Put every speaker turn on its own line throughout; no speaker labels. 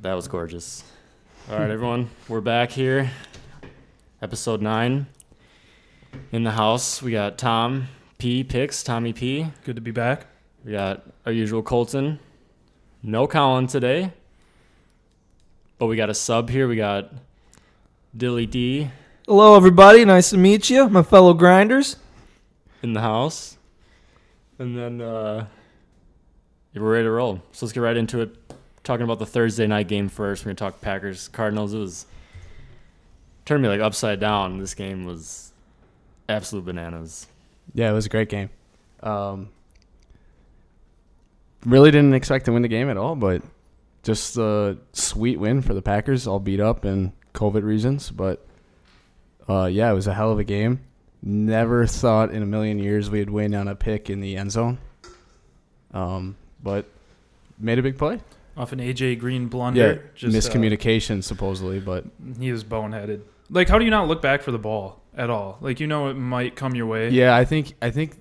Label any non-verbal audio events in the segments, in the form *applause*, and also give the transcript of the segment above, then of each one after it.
That was gorgeous. All right, everyone, we're back here. Episode nine. In the house, we got Tom P. Picks, Tommy P.
Good to be back.
We got our usual Colton. No Colin today. But we got a sub here. We got Dilly D
Hello, everybody. Nice to meet you, my fellow grinders.
in the house. And then uh, we're ready to roll. So let's get right into it. Talking about the Thursday night game first. We're going to talk Packers, Cardinals. It was turned me like upside down. This game was absolute bananas.
Yeah, it was a great game. Um, really didn't expect to win the game at all, but just a sweet win for the Packers, all beat up and COVID reasons. But uh, yeah, it was a hell of a game. Never thought in a million years we'd win on a pick in the end zone. Um, but made a big play.
Off an AJ Green blunder.
miscommunication supposedly, but
uh, he was boneheaded. Like, how do you not look back for the ball at all? Like, you know it might come your way.
Yeah, I think I think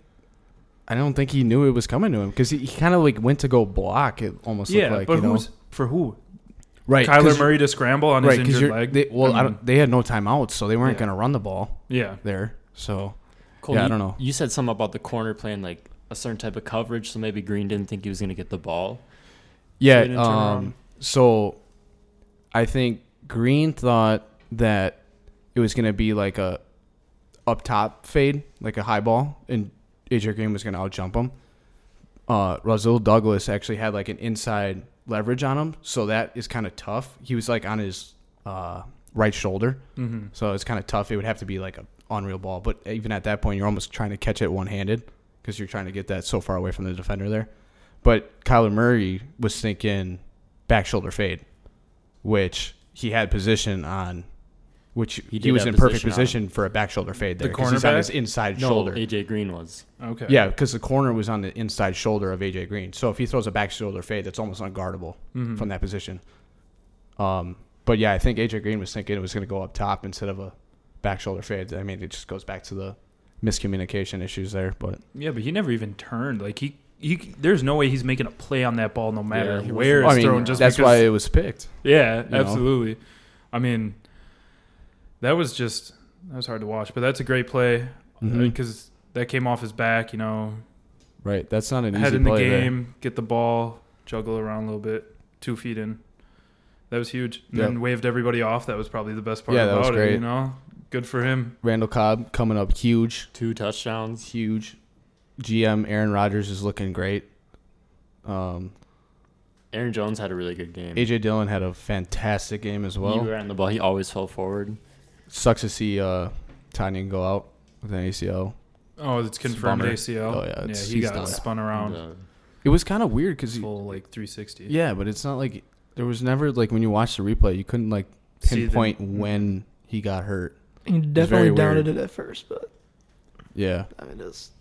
I don't think he knew it was coming to him because he, he kind of like went to go block. It almost
Yeah,
looked like
but
you know?
who's for who?
right
Kyler
'cause-
Murray to scramble on his
right because
injured
you're
leg.
they, well
I
I
mean,
don't, they had no timeouts so they weren't
Yeah.
going to run the ball
yeah,
there. So
Cole,
Yeah, I
you-
don't know.
You said something about the corner playing like a certain type of coverage, so maybe Green didn't think he was going to get the ball.
yeah,
he didn't turn around.
um, so I think Green thought that it was going to be like a up top fade, like a high ball, and AJ Green was going to outjump him. Uh, Razul Douglas actually had like an inside leverage on him, so that is kind of tough. He was like on his uh, right shoulder,
hmm
so it's kind of tough. It would have to be like a unreal ball, but even at that point, you're almost trying to catch it one handed because you're trying to get that so far away from the defender there. But Kyler Murray was thinking back shoulder fade, which he had position on, which he,
did
was
have
in perfect
position on.
position for a back shoulder fade
The
there because he's on
cornerback?
his inside
No,
shoulder.
AJ Green was.
okay,
Yeah, because the corner was on the inside shoulder of AJ Green. So if he throws a back shoulder fade, that's almost unguardable
Mhm.
from that position. Um, but yeah, I think AJ Green was thinking it was going to go up top instead of a back shoulder fade. I mean, it just goes back to the miscommunication issues there. But
yeah, but he never even turned. Like he, he, there's no way he's making a play on that ball, no matter
he wasn't-
where it's
I mean,
thrown. Just
that's
because,
why it was picked.
Yeah,
know?
absolutely. I mean, that was just that was hard to watch, but that's a great play because
Mhm.
that came off his back. You know,
Right, that's not an
head
easy
in the
play there.
game, get the ball, juggle around a little bit, two feet in. That was huge. And
Yep.
then waved everybody off. That was probably the best part
Yeah, that was
about it. You
great.
know, good for him.
Randall Cobb coming up huge,
Two touchdowns.
huge. GM Aaron Rodgers is looking great. Um,
Aaron Jones had a really good game.
AJ Dillon had a fantastic game as well.
he ran the ball. He always fell forward.
Sucks to see uh, Tanyan go out with an ACL.
Oh, it's confirmed
bummer.
ACL.
Oh, yeah, it's-
he
he's
got
done.
spun around
And, uh,
It was kind of weird because
full like 360.
yeah, but it's not like there was never like when you watch the replay, you couldn't like
See the-
pinpoint when he got hurt.
You
very
definitely doubted
weird.
it at first, but
Yeah,
I mean, it's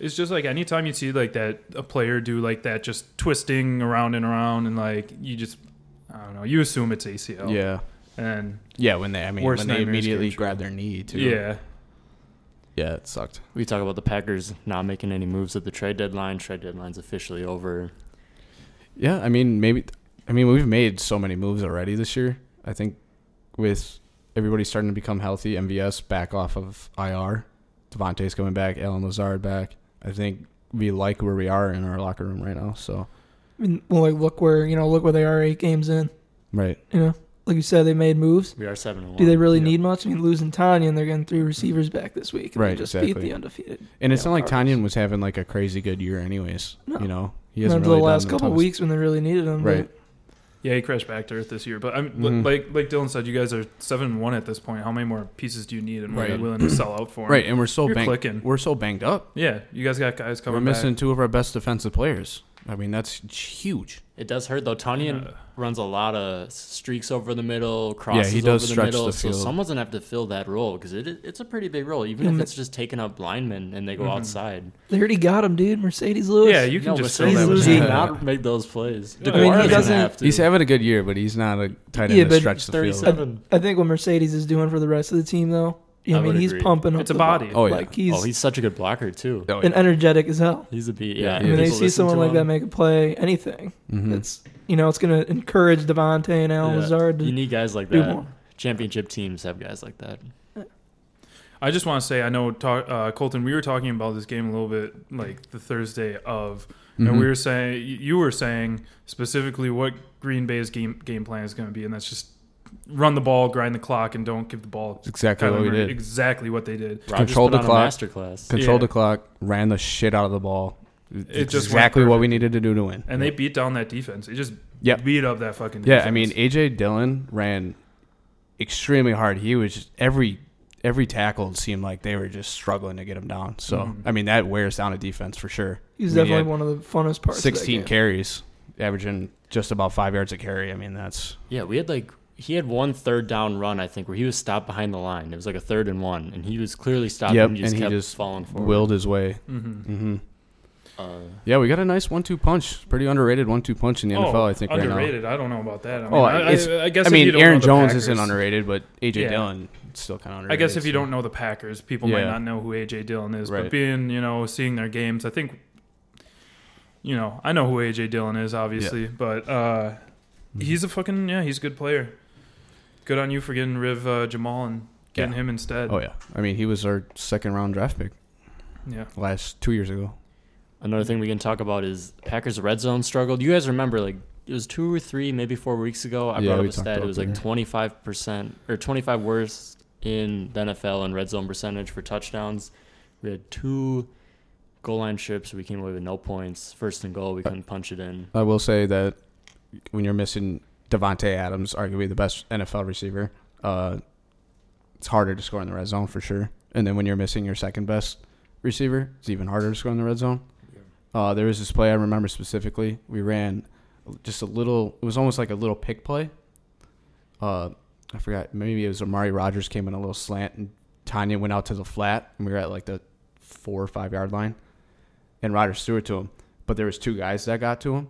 It's just like anytime you see like that a player do like that, just twisting around and around, and like you just I don't know, you assume it's ACL.
yeah,
And
yeah. When they, I mean,
Worst
when they
nightmares
immediately
came true.
grabbed their knee too.
yeah,
yeah, it sucked.
We talk about the Packers not making any moves at the trade deadline. Trade deadline's officially over.
Yeah, I mean, maybe, I mean, we've made so many moves already this year. I think with everybody starting to become healthy, MVS back off of IR, Devontae's coming back, Alan Lazard back. I think we like where we are in our locker room right now. So
I mean, well, like look where you know look where they are eight games in.
right,
You know, like you said, they made moves.
We are seven and one.
Do they really
Yeah.
need much? I mean, losing Tanya and they're getting three receivers back this week. and they
Right,
just beat
exactly.
the undefeated.
and it's
Yeah,
not like
Cardinals.
Tanyan was having like a crazy good year, anyways.
No.
You know, he
Remember
hasn't
the
really done
last
a
couple
ton of-
weeks when they really needed them.
Right.
yeah, he crashed back to earth this year. But I'm
Mhm.
like like Dylan said, you guys are seven and one at this point. How many more pieces do you need, and what are
Right.
you
*clears throat*
willing to sell out for?
Right, and we're so
You're
banged.
clicking.
We're so banged up.
Yeah, you guys got guys coming.
we're missing two of our best defensive players. I mean, that's huge.
It does hurt though. Tanyan
Uh,
runs a lot of streaks over the middle, crosses
he does
over the
stretch
middle.
the
so
field.
someone's gonna have to fill that role because it, it's a pretty big role, even
And
if
the-
it's just taking up linemen and they go
Mm-hmm.
Mhm.
outside.
They already got him, dude. Mercedes Lewis.
Yeah, you can
No,
just
but
fill that
Mercedes
with
did
Yeah.
not make those plays.
Yeah.
I mean, he
DeGuara
doesn't-
have to.
He's having a good year, but he's not a tight end
Yeah,
to
but
stretch the field.
37.
I think what Mercedes is doing for the rest of the team, though. You know,
I
I, mean,
would
he's
agree.
pumping up.
It's a
the ball.
body.
Oh yeah.
Like he's,
oh, he's such a good blocker too.
Oh, yeah.
and energetic as hell.
He's a beat. Yeah,
Yeah, he
I mean,
is.
they
people
see
listen
someone
to
like
him.
that make a play, anything.
Mhm.
It's you know, it's going to encourage Devontae and Alan
Yeah.
Lazard to
You need guys like
do
that.
more.
Championship teams have guys like that.
I just want to say, I know, talk, uh, Colton, we were talking about this game a little bit like the Thursday of,
Mm-hmm.
and we were saying, y- you were saying specifically what Green Bay's game, game plan is going to be, and that's just run the ball, grind the clock, and don't give the ball.
That's exactly
Kyler
what we
Murray-
did.
Exactly what they did.
Rodgers
Control
put
the
on
clock.
A masterclass.
Controlled
Yeah.
the clock, ran the shit out of the ball. It's
It just went
exactly what
perfect.
we needed to do to win.
And they beat down that defense. It just
Yep.
beat up that fucking
Yeah,
defense.
I mean AJ Dillon ran extremely hard. He was just, every every tackle it seemed like they were just struggling to get him down. So
Mhm.
I mean that wears down a defense for sure.
He's
I mean, he
definitely
had
one of the funnest parts.
Sixteen
Of that game.
carries, averaging just about five yards a carry. I mean that's
Yeah, we had like he had one third down run I think where he was stopped behind the line. It was like a third and one, and he was clearly stopped.
Yep,
and he just
and he
kept
just
falling forward.
willed his way.
Mhm.
hmm
Uh,
Yeah, we got a nice one-two punch. Pretty underrated one-two punch in the NFL,
Oh,
I think right now.
underrated. I don't know about that. I mean,
Oh,
I,
it's-
I, I guess
I
if you
mean,
don't know
Aaron
the
Jones
Packers-
isn't underrated, but AJ
Yeah.
Dillon is still kind of
I
underrated.
guess if you
so-
don't know the Packers, people might
Yeah.
not know who AJ Dillon is.
Right.
But being, you know, seeing their games, I think, you know, I know who AJ Dillon is, obviously. But uh,
Mm-hmm.
he's a fucking yeah, he's a good player. Good on you for getting rid of uh, Jamal and getting
Yeah.
him instead.
oh yeah, I mean he was our second-round draft pick
yeah.
last two years ago.
another thing we can talk about is Packers red zone struggle. You guys remember like it was two or three, maybe four weeks ago. I
Yeah,
brought
we
up a
talked
stat. It
about
was
that,
like
yeah.
twenty five percent or twenty five worst in the NFL in red zone percentage for touchdowns. We had two goal line trips. We came away with no points. First and goal, we couldn't punch it in.
I will say that when you're missing Devonte Adams, arguably the best NFL receiver, uh, it's harder to score in the red zone for sure. And then when you're missing your second best receiver, it's even harder to score in the red zone. Uh, there was this play I remember specifically. We ran just a little. It was almost like a little pick play. Uh, I forgot. Maybe it was Amari Rogers came in a little slant, and Tanya went out to the flat, and we were at like the four or five yard line, and Rogers threw it to him. But there was two guys that got to him.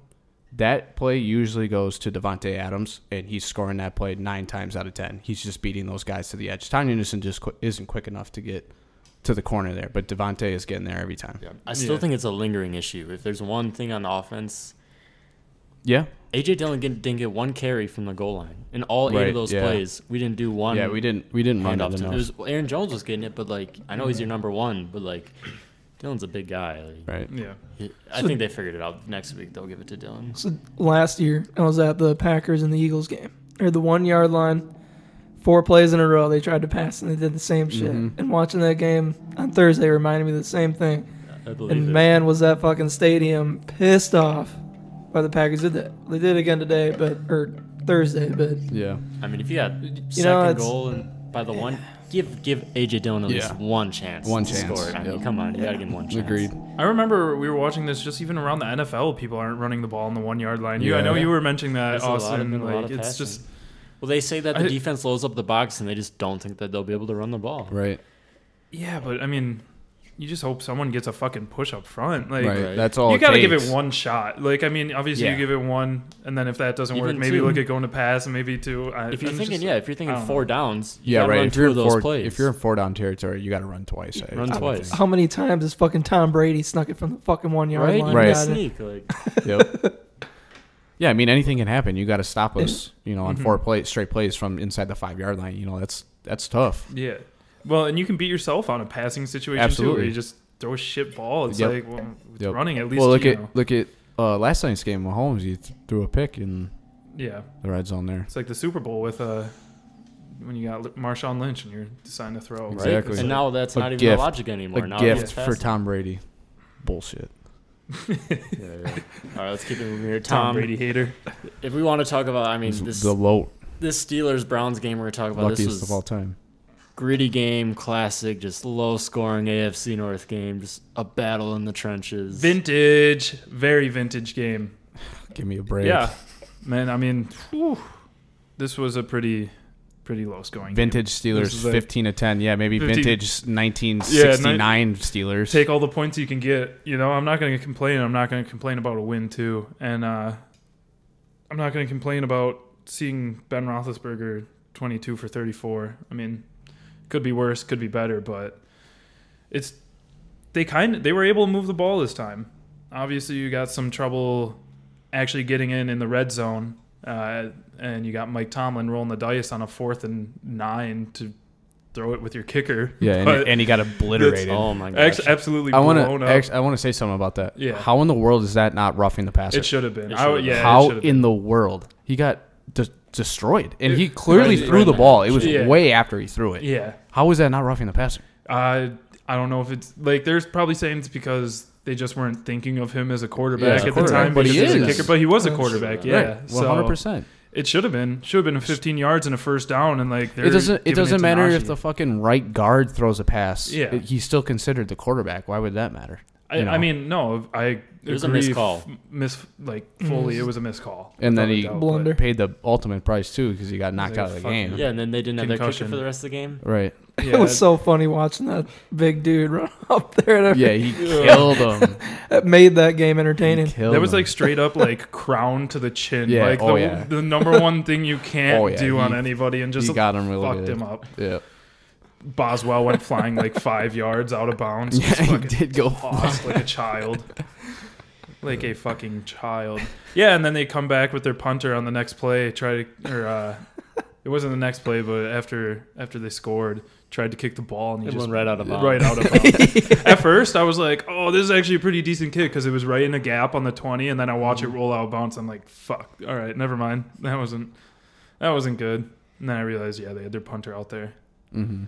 That play usually goes to Devonte Adams, and he's scoring that play nine times out of ten. He's just beating those guys to the edge. Tanya Newsom just qu- isn't quick enough to get to the corner there, but Devonte is getting there every time.
I still
Yeah.
think it's a lingering issue. If there's one thing on offense,
Yeah,
AJ Dillon get- didn't get one carry from the goal line. In all eight
Right,
of those
yeah.
plays, we didn't do one.
yeah, we didn't we didn't run
handoff
up
to-
enough.
It was well, Aaron Jones was getting it, but like I know he's your number one, but like Dillon's a big guy. like,
right.
Yeah.
he- I
So-
think they figured it out. Next week they'll give it to Dillon.
So last year, I was at the Packers and the Eagles game. Or the one yard line, four plays in a row, they tried to pass and they did the same shit.
Mhm.
And watching that game on Thursday reminded me of the same thing.
I believe
And
it.
man, was that fucking stadium pissed off by the Packers did that. They did it again today, but or Thursday, but
Yeah,
I mean, if you got second
it's-
goal and by the one, give give AJ Dillon at
Yeah.
least one chance.
One
to
chance,
Score. I mean,
yep.
come on, you gotta give him one chance.
agreed.
I remember we were watching this just even around the NFL. People aren't running the ball on the one yard line. You, I
Yeah.
know you were mentioning that,
There's a lot of-
Austin.
been a lot
like,
of
it's
passing.
just
Well, they say that the
I-
defense loads up the box, and they just don't think that they'll be able to run the ball.
Right,
Yeah, but I mean, you just hope someone gets a fucking push up front. Like
right.
Right.
That's all.
you
it
got to give
takes.
it one shot. Like I mean, obviously
Yeah.
you give it one, and then if that doesn't work,
Even
maybe
two.
look at going to pass and maybe two. I,
If you're
I'm
thinking,
just-
yeah, if you're
I
thinking
don't
four downs, you
Yeah,
gotta
right.
Run
If you're
two
in
of those
four,
plays.
if you're in four down territory, you got to run twice. I-
Run
I would
twice.
*laughs* think.
how many times has fucking Tom Brady snuck it from the fucking one yard
right,
line?
You can
Right.
Got it.
sneak like
Yep. *laughs* Yeah, I mean anything can happen. You got to stop us, you know, on
Mhm.
four plays, straight plays from inside the five yard line. You know, that's that's tough.
Yeah. Well, and you can beat yourself on a passing situation too.
Absolutely.
Where you just throw a shit ball. It's
Yep.
like well, it's
Yep.
running at least.
Well, look
you
at
know.
look at uh, last night's game. Mahomes, he th- threw a pick in
yeah,
the red zone there.
it's like the Super Bowl with uh when you got Li- Marshawn Lynch and you're deciding to throw.
Exactly.
It's
And
like-
now that's
A
not even
gift.
the logic anymore.
a
now it's
gift
just
for
passing.
Tom Brady. Bullshit.
All right, let's keep it moving here. Tom,
Tom, Brady hater.
if we want to talk about, I mean,
He's
this
the low
this Steelers Browns game we're talking about, this
luckiest of all
was
time.
gritty game, classic, just low scoring AFC North game, just a battle in the trenches.
Vintage, very vintage game.
Give me a break.
Yeah, man. I mean, whew, this was a pretty, pretty low scoring. game.
Vintage Steelers,
is like-
fifteen to ten. Yeah, maybe
15
vintage nineteen sixty nine Steelers.
Take all the points you can get. You know, I'm not going to complain. I'm not going to complain about a win too, and uh, I'm not going to complain about seeing Ben Roethlisberger 22 for 34. I mean, could be worse, could be better, but it's they kind of they were able to move the ball this time. Obviously, you got some trouble actually getting in in the red zone, uh, and you got Mike Tomlin rolling the dice on a fourth and nine to throw it with your kicker.
Yeah, and,
But
he- and he got obliterated.
Oh my gosh.
ex- absolutely
I want
blown
to.
up.
I want to say something about that.
Yeah.
How in the world is that not roughing the passer?
it should have been.
It
I, would-
should've been.
yeah,
How
it
in the world he got de- destroyed? And
It-
he clearly
right,
threw
right
the
now.
ball. It was
Yeah.
way after he threw it.
yeah.
How is that not roughing the passer?
I I don't know if it's like there's probably saying it's because they just weren't thinking of him as a quarterback
Yeah,
at the
quarterback,
time,
but he
because he's a
is.
kicker, but he was a
That's
quarterback.
true.
Yeah,
Right. One hundred
So
percent.
it should have been should have been 15 yards and a first down, and like they're
It doesn't. It
giving
doesn't
to
matter if
Najee.
the fucking right guard throws a pass.
Yeah.
It- he's still considered the quarterback. Why would that matter?
I,
you know.
I mean no, I
It was a
agree
missed
f-
call.
miss like fully,
Mhm.
it was a missed call,
And then
without a
he-
doubt, but-
*laughs*
Blunder.
Paid the ultimate price too because he got knocked
like,
out of the
fuck
game.
yeah, and then they didn't have their kicker
Concussion.
for the rest of the game.
Right.
Yeah,
It was so funny watching that big dude *laughs* run up there. That,
Yeah,
*laughs*
he killed him.
that made that game
He
entertaining.
killed
that was
him.
like straight up like crown to the chin,
Yeah,
like
oh,
the,
yeah.
the number one thing you can't
Oh, yeah,
do on
he-
anybody, and just
he got him really
fucked
good.
him up.
Yeah.
Boswell went flying
*laughs*
like five yards out of bounds.
Yeah,
Just
he
fucking
did Oh
*laughs*
go
tossed like a child.
*laughs*
Like a fucking child. Yeah, and then they come back with their punter on the next play, try to or uh it wasn't the next play, but after after they scored, tried to kick the ball and he
It
just
went right out of bounds.
right out of
*laughs*
bounds. At first, I was like, "Oh, this is actually a pretty decent kick because it was right in a gap on the 20, and then I watch
Mm-hmm.
it roll out of bounds. I'm like, "Fuck, all right, never mind. That wasn't that wasn't good." And then I realized, yeah, they had their punter out there.
Mm-hmm.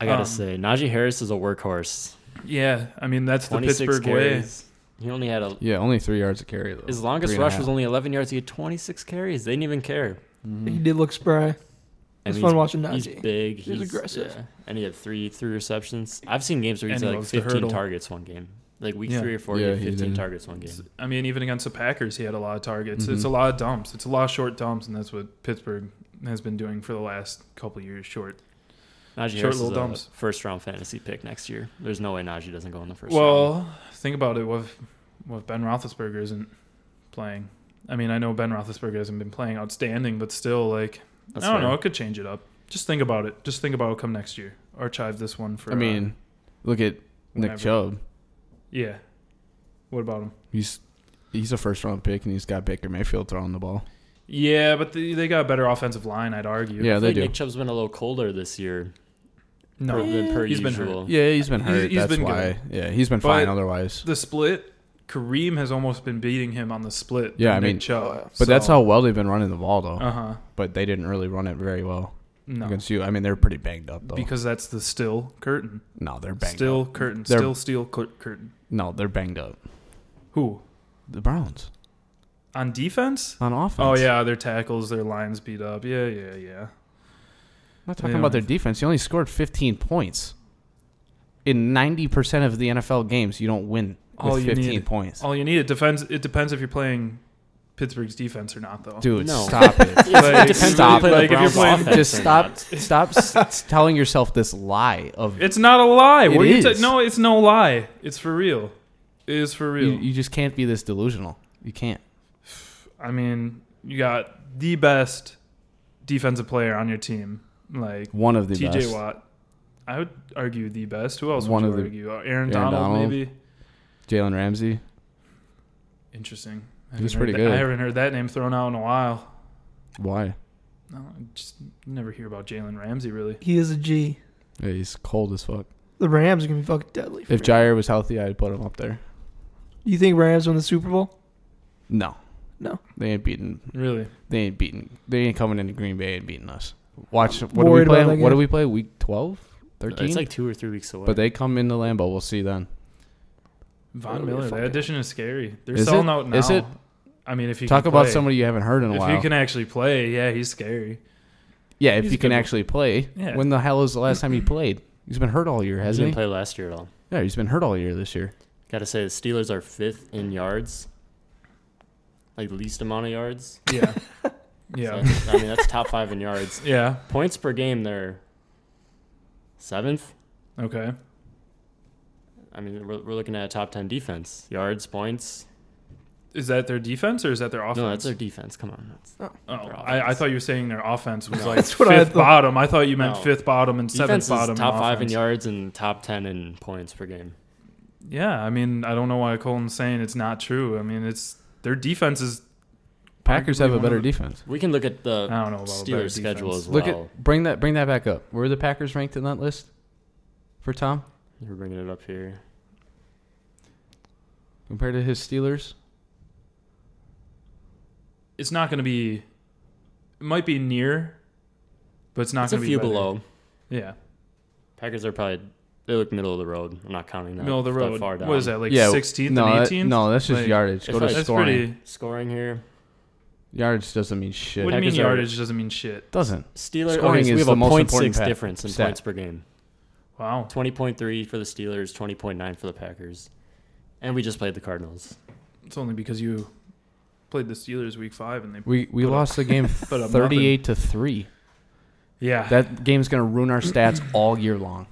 I gotta
Um,
say, Najee Harris is a workhorse.
Yeah, I mean that's the
26
Pittsburgh way.
carries. He only had a
Yeah, only three yards of carry though.
his longest rush was only 11 yards. He had 26 carries. They didn't even care.
Mm-hmm.
He did look spry.
And
It's
he's-
fun watching
He's
Najee.
big.
He's aggressive.
yeah. And he had three three receptions. I've seen games where he's
And
had
he
like
loves to
15
hurdle.
targets one game. Like week
Yeah.
three or four,
Yeah,
he
he
had 15
did.
targets one game.
I mean, even against the Packers, he had a lot of targets.
Mm-hmm.
It's
Mhm.
a lot of dumps. It's a lot of short dumps, and that's what Pittsburgh has been doing for the last couple of years. Short.
Najee
Short
Harris is
little
a
dumps.
first round fantasy pick next year. There's no way Najee doesn't go in the first round.
well, think about it. What if, what if Ben Roethlisberger isn't playing? I mean, I know Ben Roethlisberger hasn't been playing outstanding, but still, like,
That's
I don't
fair.
know. It could change it up. Just think about it. Just think about what come next year. Archive this one for.
I
uh,
mean, look at
whenever.
Nick Chubb.
Yeah. What about him?
He's he's a first round pick and he's got Baker Mayfield throwing the ball.
Yeah, but the, they got a better offensive line, I'd argue.
Yeah,
I feel
they
like
do.
Nick Chubb's been a little colder this year
No,
per, than per
he's been hurt.
usual.
Yeah, he's been
He's-
hurt.
he's
That's
been
why.
good.
Yeah, he's been
But-
fine otherwise.
the split, Kareem has almost been beating him on the split.
Yeah, I
Nick
mean,
Chubb.
But that's how well they've been running the ball though.
Uh huh.
but they didn't really run it very well
No,
against you. I mean, they're pretty banged up though.
because that's the still curtain,
no, they're banged. Still,
still curtain,
They're-
still steel cur- curtain.
no, they're banged up.
Who
The Browns
on defense?
on offense.
Oh yeah, their tackles, their lines beat up. Yeah, yeah, yeah.
I'm not talking
They
about
don't
their
have-
defense. He only scored 15 points. In 90% of the NFL games, you don't win
All
with
you
15
need- Oh,
points.
All you need it depends. It depends if you're playing Pittsburgh's defense or not, *laughs* though.
Dude,
No.
stop it.
Like,
Depends on
Stop.
who the
Like, if you're
Browns'
playing-
offense
Just
or
stop.
not.
*laughs* Stop s- telling yourself this lie of
It's not a lie. What
It
are you ta-
is.
no, it's no lie. It's for real. It is for real.
you, you just can't be this delusional. You can't.
I mean, you got the best defensive player on your team, like
One of the
TJ
best.
Watt. I would argue the best. Who else
One
would
of
you argue?
the-
Uh, Aaron,
Aaron
Donald,
Donald.
maybe.
Jalen Ramsey.
Interesting. I haven't
He's
heard
pretty
that-
good.
I haven't heard that name thrown out in a while.
Why?
No, I just never hear about Jalen Ramsey really.
He is a G.
Yeah, he's cold as fuck.
The Rams are gonna be fucking deadly.
If Jair was healthy, I'd put him up there.
Do you think Rams win the Super Bowl?
No.
No.
They ain't beating
Really,
They ain't beating. They ain't coming into Green Bay and beating us. Watch. What do we
worried about
play?
that
What do
game.
we play? Week 12? 13?
It's like two or three weeks away.
but they come into Lambeau. We'll see then.
Von
Oh,
Miller.
fuck
That
it.
addition is scary. They're
Is
selling
it?
out now.
Is it?
I mean, if you
Talk
can
about
play.
somebody you haven't heard in a
If
while.
you can actually play, yeah, he's scary.
yeah, if
he's
you can
good.
actually play.
Yeah.
When the hell is the last time he played? He's been hurt all year,
he
hasn't
didn't
he?
play last year at all.
Yeah, he's been hurt all year this year.
Gotta say, the Steelers are fifth in yards, like least amount of yards.
*laughs*
Yeah,
So,
yeah,
I mean, that's top five in yards.
yeah.
Points per game, they're seventh.
Okay.
I mean, we're, we're looking at a top 10 defense. Yards, points.
Is that their defense or is that their offense?
No, that's their defense. Come on. That's,
Oh,
Their
I, I
offense.
thought you were saying their offense was
No.
like
*laughs* That's what I
fifth
thought.
bottom. I thought you meant
No.
fifth bottom and
defense
seventh
is
bottom.
top
in
five in
offense.
yards and top 10 in points per game.
Yeah, I mean, I don't know why Colin's saying it's not true. I mean, it's their defense is
Packers have a
Arguably one
better
of the-
defense.
We can look at
I
the
don't know about a better
Steelers schedule
defense.
as well.
Look at bring that bring that back up. Were the Packers ranked in that list for Tom
We're bringing it up here.
compared to his Steelers?
It's not going to be. It might be near, but it's not
It's a
going to be
few
better.
below.
Yeah,
Packers are probably they look middle of the road. I'm not counting that.
middle of the
that
road.
far down.
What is that like?
Yeah,
Sixteenth
no,
and
that-
eighteenth.
no, that's just
Like,
yardage. Go
if
to
I-
That's
scoring.
pretty.
Scoring here.
Yardage doesn't mean shit.
What do you mean
Packers are-
yardage doesn't mean shit?
doesn't.
Steelers.
Scoring
okay, so
is
we have
the
a
most
point
important
six
pa-
difference in
stat.
points per game.
Wow.
Twenty point three for the Steelers. Twenty point nine for the Packers. And we just played the Cardinals.
It's only because you played the Steelers week five and they.
We we
Put up-
lost the *laughs* game
put up
thirty-eight to three.
Yeah.
That game's gonna ruin our stats all year long.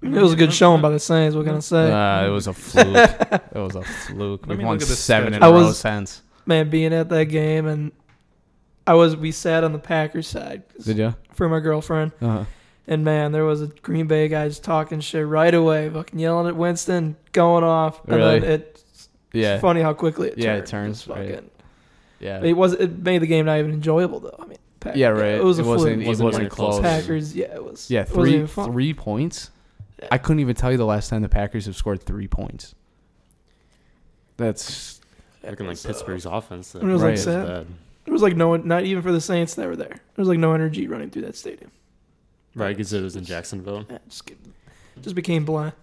It was a good showing by the Saints. What can I say?
Uh, it was a *laughs* fluke. it was a fluke.
Let
We've
me
won
look at the
seven in
schedule.
a
I
row
was-
since.
Man, being at that game and I was we sat on the Packers side
Did you?
for my girlfriend,
Uh-huh.
and man, there was a Green Bay guy just talking shit right away, fucking yelling at Winston, going off, and then
Really?
it's
Yeah.
funny how quickly it
Yeah, it
turned.
turns, right.
fucking-
Yeah.
It was it made the game not even enjoyable though. I mean, Pack-
Yeah. Right.
It was
wasn't.
a fluke.
Wasn't
It wasn't
even close.
close.
Packers. Yeah, it was.
Yeah.
it wasn't
Three
even fun.
three points.
Yeah.
I couldn't even tell you the last time the Packers have scored three points. That's
Looking like
So-
Pittsburgh's offense. that
It was
like
is
sad.
bad.
It was like no one, not even for the Saints that were there. There was like no energy running through that stadium.
Right, because it was in Jacksonville.
Yeah, just get- just became blind.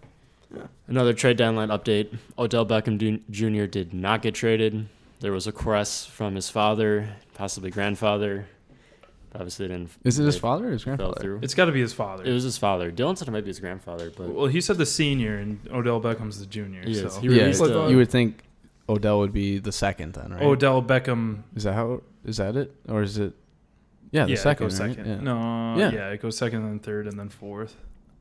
Another trade deadline update. Odell Beckham Du- Jr. did not get traded. There was a request from his father, possibly grandfather. Obviously, they didn't.
is it his
they
father or his
Fell
grandfather?
through.
It's got to be his father.
It was his father. Dylan said it might be his grandfather, but
well, he said the senior, and Odell Beckham's the junior.
he, is.
so
he
Yeah.
released a-
You would think Odell would be the second then, right?
Odell Beckham.
Is that how? Is that it? Or is it? Yeah,
Yeah,
the
it
second.
goes
right?
second.
Yeah.
No,
Yeah.
yeah. it goes second, then third, and then fourth.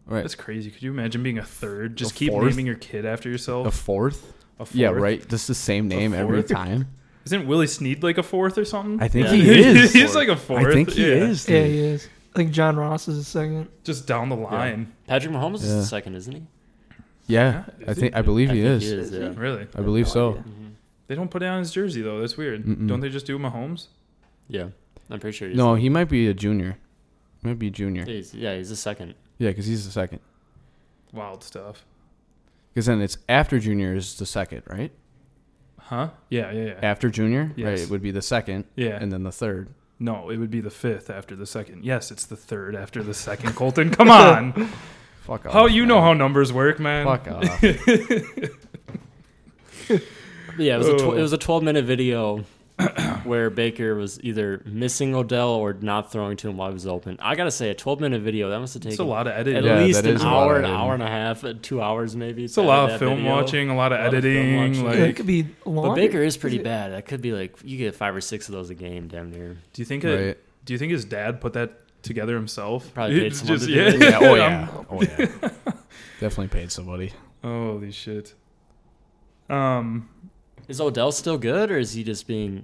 Right.
That's crazy. Could you imagine being a third? Just
A
keep
fourth?
naming your kid after yourself.
A fourth?
A fourth?
Yeah, right. Just the same name every
fourth? *laughs*
time.
Isn't Willie Sneed like a fourth or something?
I think
Yeah.
*laughs*
he is.
He's like a fourth.
I think he
yeah.
is.
Yeah,
dude.
he is. I think John Ross is a second.
Just down the line.
Patrick Mahomes is
Yeah.
the second, isn't he?
Yeah,
Yeah,
I
is
think I believe
I
he
think
is.
He is yeah.
Really?
I believe so.
Mhm.
They don't put it on his jersey though. That's weird.
Mm-mm.
Don't they just do Mahomes?
yeah, I'm pretty sure. He's
No, he might be a junior. Might be a junior.
He's, yeah, he's the second.
Yeah, because he's the second.
Wild stuff.
Because then it's after junior is the second, right?
Huh? Yeah, yeah, yeah.
After junior, right?
Yes.
It would be the second,
Yeah.
and then the third.
no, it would be the fifth after the second. Yes, it's the third after the second. Colton, come on.
*laughs* Fuck off.
how you know how
man.
numbers work, man? *laughs*
Fuck off. yeah,
But yeah, it was a tw-
Oh.
it was a 12 minute video *clears throat* where Baker was either missing Odell or not throwing to him while he was open. I gotta say, a 12 minute video that must have
It's
taken
a lot of
at
editing.
Yeah,
least
that
an
is a lot
hour,
of
an hour and
editing.
a half, uh, two hours maybe.
It's a lot of film watching, a lot of
A lot of film
editing.
watching.
like,
yeah, it could be long.
But Baker is pretty bad. That could be like you get five or six of those a game, damn near.
do you think? It,
right.
Do you think his dad put that together himself?
Probably paid
It's
someone to do
yeah.
it.
Yeah.
*laughs*
Oh yeah. Oh yeah. Definitely paid somebody.
Holy shit. Um.
Is Odell still good, or is he just being,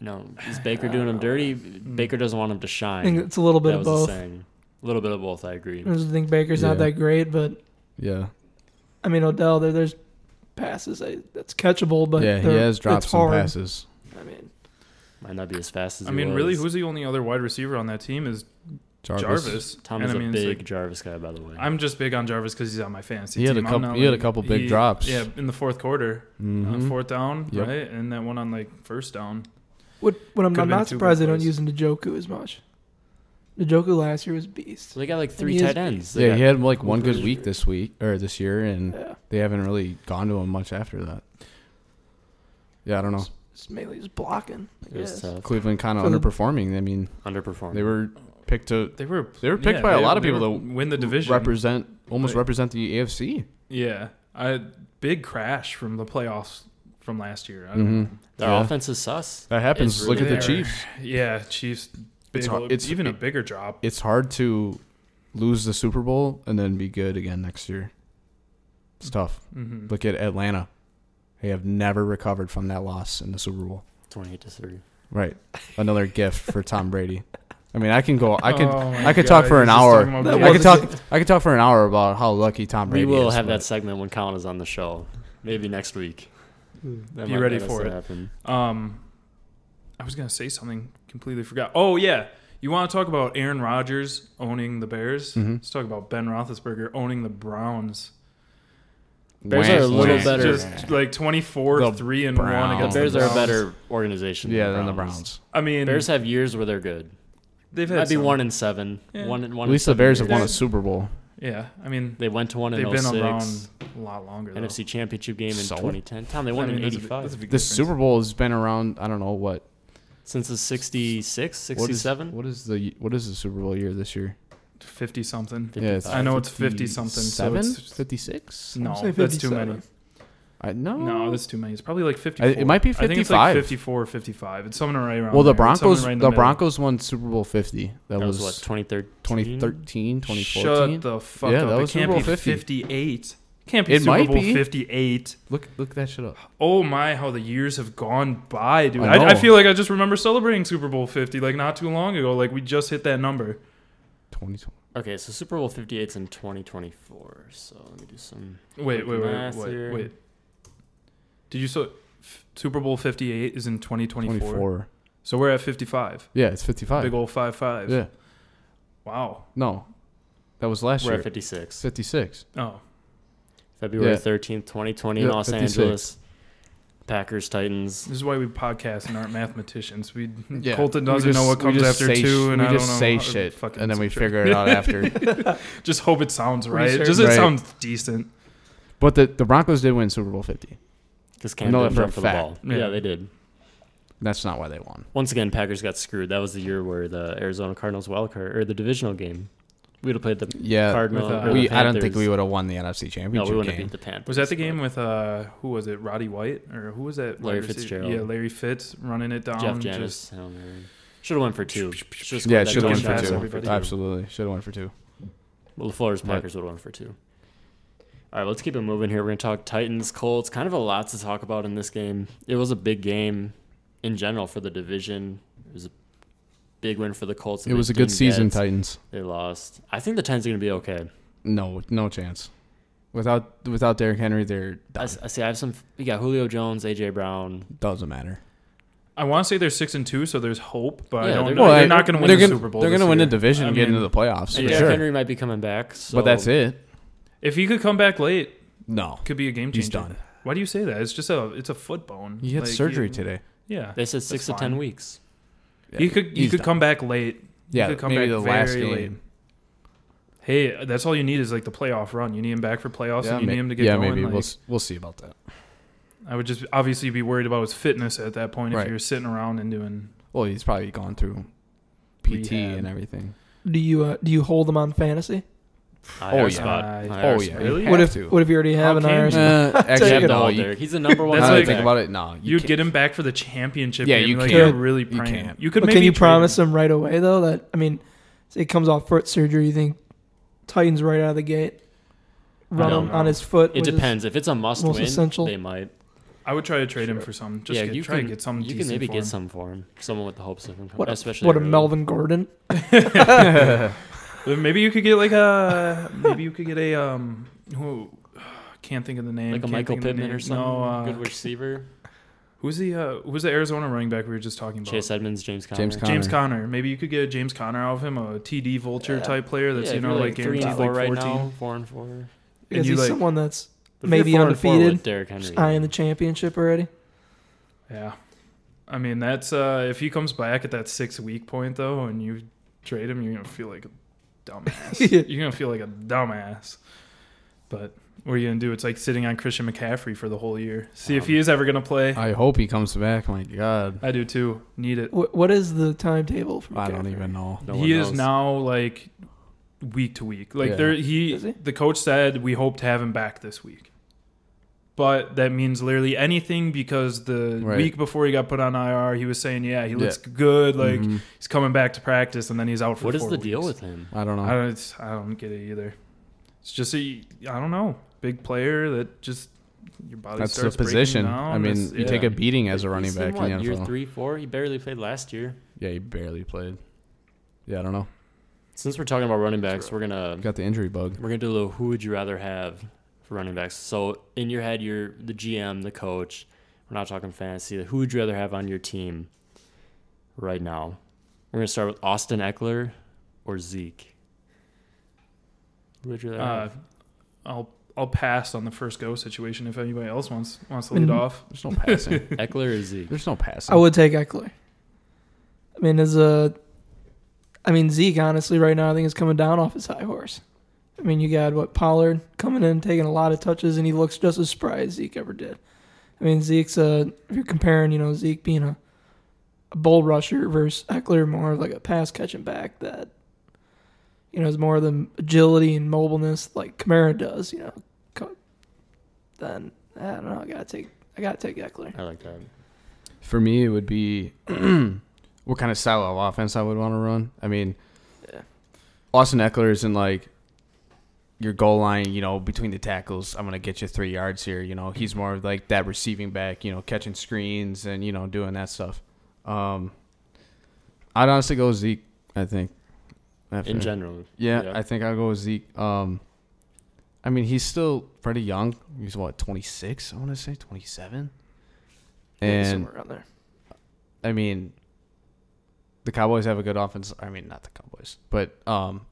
you know, is Baker doing him
*sighs*
dirty? Baker doesn't want him to
I
shine.
think it's a little bit
that was
of both.
the saying. A little bit of both. I agree.
I just think Baker's not
Yeah.
that great, but
Yeah.
I mean Odell, there, there's passes that- that's catchable, but
yeah, he
they're-
has dropped
it's
some
hard.
passes.
I mean,
Might not be as fast as.
I
he
mean, really,
was.
who's the only other wide receiver on that team is
Jarvis.
Jarvis.
Tom
And
is
I mean,
a
it's
big
like-
Jarvis guy, by the way.
I'm just big on Jarvis because he's on my fantasy
He had a
team. I'm
couple-
not
he had a couple big drops.
Yeah, in the fourth quarter,
Mhm.
uh, fourth down,
Yep.
right, and that one on like first down.
what? What I'm,
Could've been
I'm not
two good
surprised they don't
plays.
use Njoku as much. Njoku last year was beast.
so they got like three
he is
tight ends. They
Yeah,
got-
he had like one
Cooper
good week this week or this year, and
Yeah,
they haven't really gone to him much after that. Yeah, I don't know.
it's mainly just blocking. I
It was
guess.
tough.
Cleveland kind of
For the-
underperforming. I mean,
Underperformed.
they were picked to
They were
They were picked by a lot of
they
people
were-
to
win the division.
represent almost
Right.
represent the AFC.
yeah, I big crash from the playoffs from last year. I
Mhm.
Their
Yeah.
offense is sus.
That happens.
It's
Look at
really
the
hard.
Chiefs.
Yeah, Chiefs. Big, it's,
It's hard- it's-
even a
it-
bigger drop.
It's hard to lose the Super Bowl and then be good again next year. It's tough.
hmm
Look at Atlanta. They have never recovered from that loss in the Super Bowl.
Twenty-eight to three.
Right. Another gift for Tom Brady. I mean, I can go. I could.
Oh my
I could talk
God,
for
you're
an
just
hour.
talking about
That
Brady.
I could
wasn't
talk. I could talk for an hour about how lucky Tom Brady
We
is.
will have
but-
that segment when Colin is on the show, maybe next week. That
Hmm. Be
might-
ready
that has
for
to
it.
happen.
Um, I was gonna say something, completely forgot. Oh yeah, you want to talk about Aaron Rodgers owning the Bears?
Mhm.
Let's talk about Ben Roethlisberger owning the Browns.
Bears are a little
Just-
better.
Just like twenty four
The
three and one
Browns.
The
against
Bears
the
are a
Browns.
better organization.
Yeah, than the Browns.
I mean,
Bears have years where they're good.
they've had
Might be
some-
one in seven.
Yeah.
One in one.
At
in
least the
seven
Bears have
years.
won a Super Bowl.
Yeah, I mean,
They went to one in
they've been
06,
around a lot longer. Though.
NFC Championship game in
So?
2010. Tom, they
I
won
mean,
in
that's a big- that's a
85.
big
The
difference.
Super Bowl has been around. I don't know what.
Since the 66,
What is,
67.
what is the what is the Super Bowl year this year?
fifty something.
Yeah, it's
I know it's 50 something, so
Seven?
it's-
Fifty six?
No,
say
that's too
57.
many.
I no.
No, that's too many. It's probably like fifty.
I- it might be
I think it's like
55.
54 55. It's somewhere right around
well, the
there. It's somewhere
Broncos.
right in
the
middle.
Broncos won Super Bowl fifty. That,
That was
was,
what 2013.
2013,
Shut
2014.
the fuck
Yeah,
up.
that
it
was
can't
Super Bowl
be
50.
58. Can't be
It
Super
might
Bowl
be.
58.
Look, look that shit up.
Oh my, how the years have gone by, dude.
I
I, I,
know.
feel like I just remember celebrating Super Bowl 50 like not too long ago. Like we just hit that number.
Twenty twenty.
Okay, so Super Bowl 58 is in 2024. So let me do some.
Wait, wait, wait,
Last
wait,
year.
wait. Did you so f- Super Bowl 58 is in 2024.
24.
So we're at 55.
Yeah, it's fifty
Big
five.
old 5 5.
Yeah.
Wow.
No, that was last
We're
year.
at 56.
Fifty six.
Oh.
February
Yeah.
13th, 2020 in
Yeah,
Los
56.
Angeles. Packers, Titans.
This is why we podcast and aren't mathematicians. We
Yeah.
Hmm. Colton
We
doesn't
just-
know what
we
comes
just
after
say sh-
two, and
we
I don't
just
know
say
how to
shit,
fucking
and then we
subtract.
figure it
*laughs*
out after.
Just hope it sounds right.
Research.
Just it
Right.
sounds decent.
But the, the Broncos did win Super Bowl 50.
Because
I
Cam
know
didn't
that for a
jump for the ball.
fact.
Yeah.
Yeah.
they did.
That's not why they won.
Once again, Packers got screwed. That was the year where the Arizona Cardinals wild card or the divisional game. We'd have played the
Yeah,
Cardinals.
with, uh,
or the
we I don't think
Panthers.
we would have won the NFC Championship
No, we wouldn't have
game.
beat the Panthers.
Was that the game
but
with uh who was it? Roddy White or who was that?
Larry
wide receiver?
Fitzgerald.
Yeah, Larry Fitz running it down.
Jeff
Um, just-
Janis? Should have went for
*laughs*
two. Should've
yeah,
scored
it
that
should have won
touchdown.
Pass
for
everybody.
two. Absolutely, should have won for two.
Well, LaFleur's
Right.
Packers would have won for two. All right, let's keep it moving here. We're going to talk Titans, Colts. Kind of a lot to talk about in this game. It was a big game in general for the division. It was a big win for the Colts. that
it
they
was a good
didn't
season,
get.
Titans.
They lost. I think the Titans are going to be okay.
No, no chance. Without without Derrick Henry, they're
I,
done.
s- I see. I have some. You got Julio Jones, AJ Brown.
doesn't matter.
I want to say they're six and two, so there's hope, but I
Yeah,
don't
they're-
know.
Well,
they're
I-
not going to win
they're
the
gonna-
Super Bowl.
They're
going
gonna
to
win the division
I
and get
mean,
into the playoffs
And
for
Derrick
sure.
Henry might be coming back. So
but that's it.
If he could come back late,
No,
could be a game changer.
he's done.
Why do you say that? It's just a it's a foot bone.
He had
Like,
surgery
you-
today.
Yeah,
They said six to
That's
ten
fine.
weeks.
he could he
He's
could
done.
come back late. He
Yeah,
could come
maybe
back
the last
very
game.
late. Hey, that's all you need is like the playoff run. You need him back for playoffs,
Yeah,
and you
may-
need him to get
yeah,
going.
maybe
like-
we'll s- we'll see about that.
I would just obviously be worried about his fitness at that point
Right.
if you're sitting around and doing.
Well, he's probably gone through PT
Rehab.
and everything.
Do you uh, do you hold them on fantasy?
IR
Oh, yeah.
spot.
Uh,
IR
Oh
spot.
yeah, you
Really?
have
What if
to.
what if you already have an
can
Irish?
you?
Uh,
You
actually,
have
no,
to hold
you-
Derrick. He's the number one.
That's
now that I
running
like-
think
back.
about it, no.
You'd
can't-
get him back for the championship.
Yeah,
game.
you
like,
can't.
You're really
You
praying. You, could.
can't.
But
maybe
can you
trade-
promise them right away though that I mean, say it comes off foot surgery, you think Titans right out of the gate, run
I
him
don't
on
know.
his foot.
It
which is-
depends. If it's a must
most
win,
essential.
they might.
I would try to trade him for some. Just
yeah,
get,
you
try
can
to get some.
You can
decent
maybe
for
get
him.
some for him. Someone with the hopes of him,
What a,
especially
what a
early.
Melvin Gordon.
*laughs*
*laughs*
Then Maybe you could get like a. maybe you could get a um. Who can't think of the name.
like a
can't
Michael
think of the
Pittman
name.
or something.
No, uh,
Good receiver.
who's the uh, who's the Arizona running back we were just talking about?
Chase Edmonds, James Conner.
James
James
Conner.
Connor. Maybe you could get a James Connor out of him, a TD vulture
Yeah.
type player that's
Yeah,
you
if
know
you're,
like
three
guaranteed
and
like
four
fourteen.
right now, four and four.
Is
you,
he
like-
someone that's
But if you're
Maybe
four and four
undefeated.
with Derrick Henry.
eyeing the championship already?
Yeah. I mean, that's uh if he comes back at that six week point though and you trade him, you're gonna feel like a dumbass.
Yeah.
You're gonna feel like a dumbass. But what are you gonna do? It's like sitting on Christian McCaffrey for the whole year. See if
Um,
he is ever gonna play. I,
I hope he comes back. My God,
do too. Need it.
What, what is the timetable for?
I don't
McCaffrey?
even know.
No one
he is
knows.
now like week to week. Like
Yeah.
there he,
Is he?
the coach said we hope to have him back this week. But that means literally anything because the
Right.
week before he got put on IR, he was saying, "Yeah, he looks good. Like
Mhm.
he's coming back to practice and then he's out for
What is
four
the deal
weeks.
with him?
I don't know.
I don't, it's, I don't get it either. It's just a I don't know big player that just your body
That's the
starts breaking
position.
down.
I mean,
It's-
you
yeah.
take a beating as a running
He's
back
in,
in,
what,
the
year
NFL.
three, four. He barely played last year.
Yeah, he barely played. Yeah, I don't know.
Since we're talking about running backs, we're gonna
Got the injury bug.
We're gonna do a little. Who would you rather have for running backs? So in your head, you're the GM, the coach. We're not talking fantasy. Who would you rather have on your team right now? We're gonna start with Austin Eckler or Zeke. Who would you rather?
Uh,
have?
I'll I'll pass on the first go situation if anybody else wants wants to lead
Mm-hmm.
Mhm.
off. *laughs*
There's no passing.
Eckler or Zeke?
There's no passing.
I would take Eckler. I mean, as a, I mean Zeke honestly right now I think is coming down off his high horse. I mean, you got what Pollard coming in taking a lot of touches and he looks just as spry as Zeke ever did. I mean, Zeke's a if you're comparing, you know, Zeke being a, a bull rusher versus Eckler more of like a pass catching back that, you know, is more of the agility and mobileness like Kamara does. You know, co- then I don't know. I gotta take I gotta take Eckler.
I like that.
For me, it wowould be *clears throat* what kind of style of offense I would want to run. I mean,
Yeah.
Austin Eckler is in like your goal line, you know, between the tackles. I'm going to get you three yards here. You know, he's more of like that receiving back, you know, catching screens and, you know, doing that stuff. Um, I'd honestly go Zeke, I think. after-
In general,
yeah,
yeah.
I think I'll go with Zeke. Um, I mean, he's still pretty young. He's what, 26, I want to say, 27? And
somewhere around there.
I mean, the Cowboys have a good offense. I mean, not the Cowboys, but um,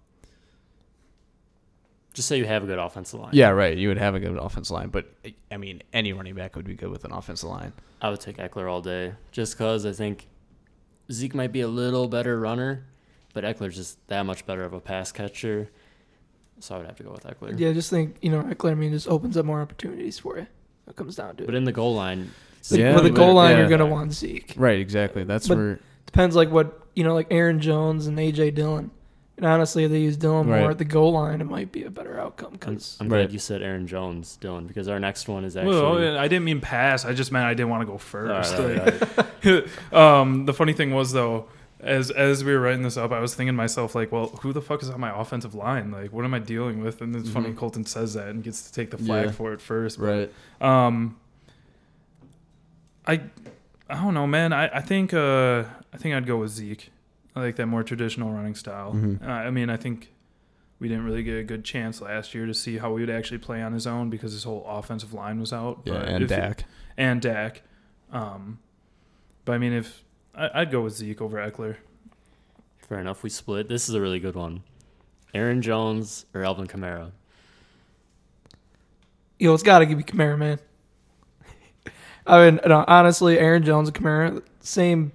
just say you have a good offensive line.
yeah, right. You would have a good offensive line, but I mean, any running back would be good with an offensive line.
I would take Eckler all day, just because I think Zeke might be a little better runner, but Eckler's just that much better of a pass catcher. So I would have to go with Eckler.
Yeah, I just think you know, Eckler. I mean, just opens up more opportunities for you. It comes down to
But
it.
in the goal line,
Like,
Yeah,
for the
but-
goal line,
yeah.
you're gonna want Zeke.
Right, exactly. That's
But-
where
Depends like what you know, like Aaron Jones and AJ Dillon. And honestly, if they use Dillon
Right.
more at the goal line, it might be a better outcome
I'm,
because
I'm
Right.
glad you said Aaron Jones, Dylan, because our next one is actually.
oh,
Well, I didn't mean pass. I just meant I didn't want to go
All right,
first.
all
Like,
right, all right.
*laughs* um, the funny thing was though, as as we were writing this up, I was thinking to myself like, well, who the fuck is on my offensive line? Like, what am I dealing with? And it's funny
Mm-hmm.
Mhm.
Colton says that and gets to take the flag
Yeah.
for it first. But,
right.
Um, I I don't know, man. I I think uh I think I'd go with Zeke. I like that more traditional running style.
Mhm.
Mm-hmm.
Uh, I mean, I think. We didn't really get a good chance last year to see how he would actually play on his own because his whole offensive line was out.
Yeah,
But
and
if-
Dak.
and Dak. Um, but I mean, if I, I'd go with Zeke over Eckler,
Fair enough. We split. This is a really good one. Aaron Jones or Alvin Kamara?
yo, it's got to be Kamara, man. I mean, no, honestly, Aaron Jones and Kamara, same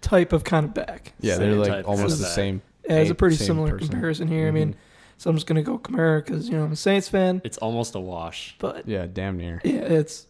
type of kind of back.
Yeah,
Same
they're
type
like
of
almost the
back.
same.
Yeah, it's a
Same-
pretty
same
similar
person. Mm-hmm.
comparison here. I mean, so I'm just gonna go Kamara because you know I'm a Saints fan,
It's almost a wash.
but
Yeah, damn near.
yeah, it's.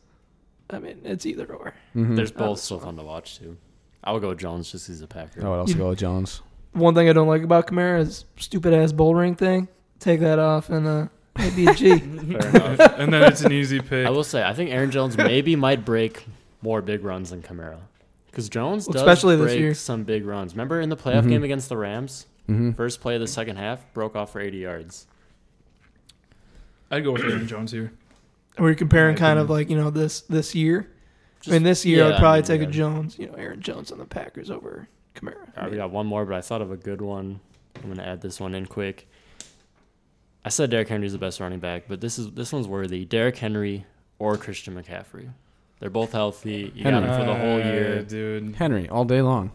I mean, it's either or.
Mhm.
There's
Oh,
both
that's
so
fun.
fun to watch too. I would go with Jones just 'cause he's a Packer.
I would also Oh, go with Jones.
one thing I don't like about Kamara is stupid ass bull ring thing. Take that off and uh, maybe
*laughs*
a
*laughs*
G.
Fair enough.
and then it's an easy pick.
I will say, I think Aaron
*laughs*
Jones maybe might break more big runs than Kamara. Because Jones
Well,
does
especially this
break
year.
some big runs. Remember in the playoff
Mhm.
game against the Rams?
Mm-hmm.
First play of the second half, broke off for 80 yards.
I'd go with Aaron Jones here.
We're comparing
I
kind of
can-
like you know this this year. I
Just-
mean, this year
yeah,
I'd probably
I mean,
take a
yeah.
Jones, you know, Aaron Jones on the Packers over Kamara.
All right, we got one more, but I thought of a good one. I'm going to add this one in quick. I said Derrick Henry's the best running back, but this is this one's worthy. Derrick Henry or Christian McCaffrey. They're both healthy. You got
Henry.
him for the whole
Uh,
year.
dude.
Henry all day long.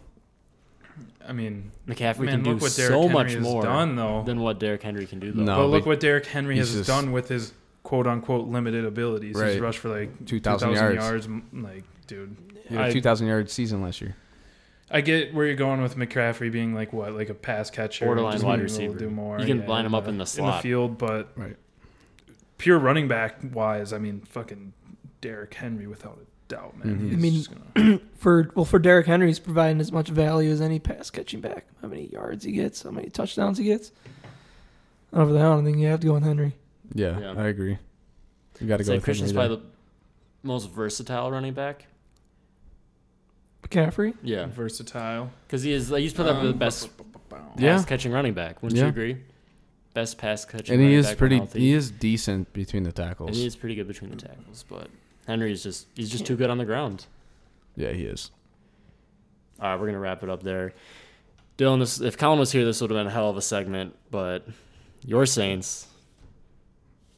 I mean,
McCaffrey can
man, look
do
what Derrick
so
Henry
much
has
more
done though.
than what Derrick Henry can do, though.
No.
but look
but
what Derrick Henry has
he's just-
done with his quote unquote limited abilities. He's
Right.
rushed for like
2,000
2,000
yards.
yards. m Like, dude,
He had
I-
a 2,000 yard season last year.
I get where you're going with McCaffrey being like what, like a pass catcher,
Borderline
just
wide
being able to
receiver.
Do more.
You can line him up in the
in
slot.
the field, but
Right.
pure running back wise, I mean, fucking Derrick Henry without a doubt, man.
Mhm.
He's
I mean-
just gonna-
For well, for Derrick Henry, he's providing as much value as any pass catching back. How many yards he gets, how many touchdowns he gets. Over the I don't think you have to go with Henry.
Yeah,
Yeah.
I agree. You got to
I'd
go
say
with
Christian's
Henry
probably the most versatile running back.
McCaffrey,
Yeah,
versatile.
because he is. Like, he's put up with the
Um,
best
Yeah.
pass catching running back. Wouldn't you
Yeah.
agree? Best pass catching.
and he
running
is
back when
pretty.
healthy.
He is decent between the
And he
tackles.
is pretty good between the tackles, but Henry is just he's just too good on the ground.
Yeah, he is.
All right, we're gonna wrap it up there. Dylan, this, if Colin was here, this would have been a hell of a segment. But your Saints,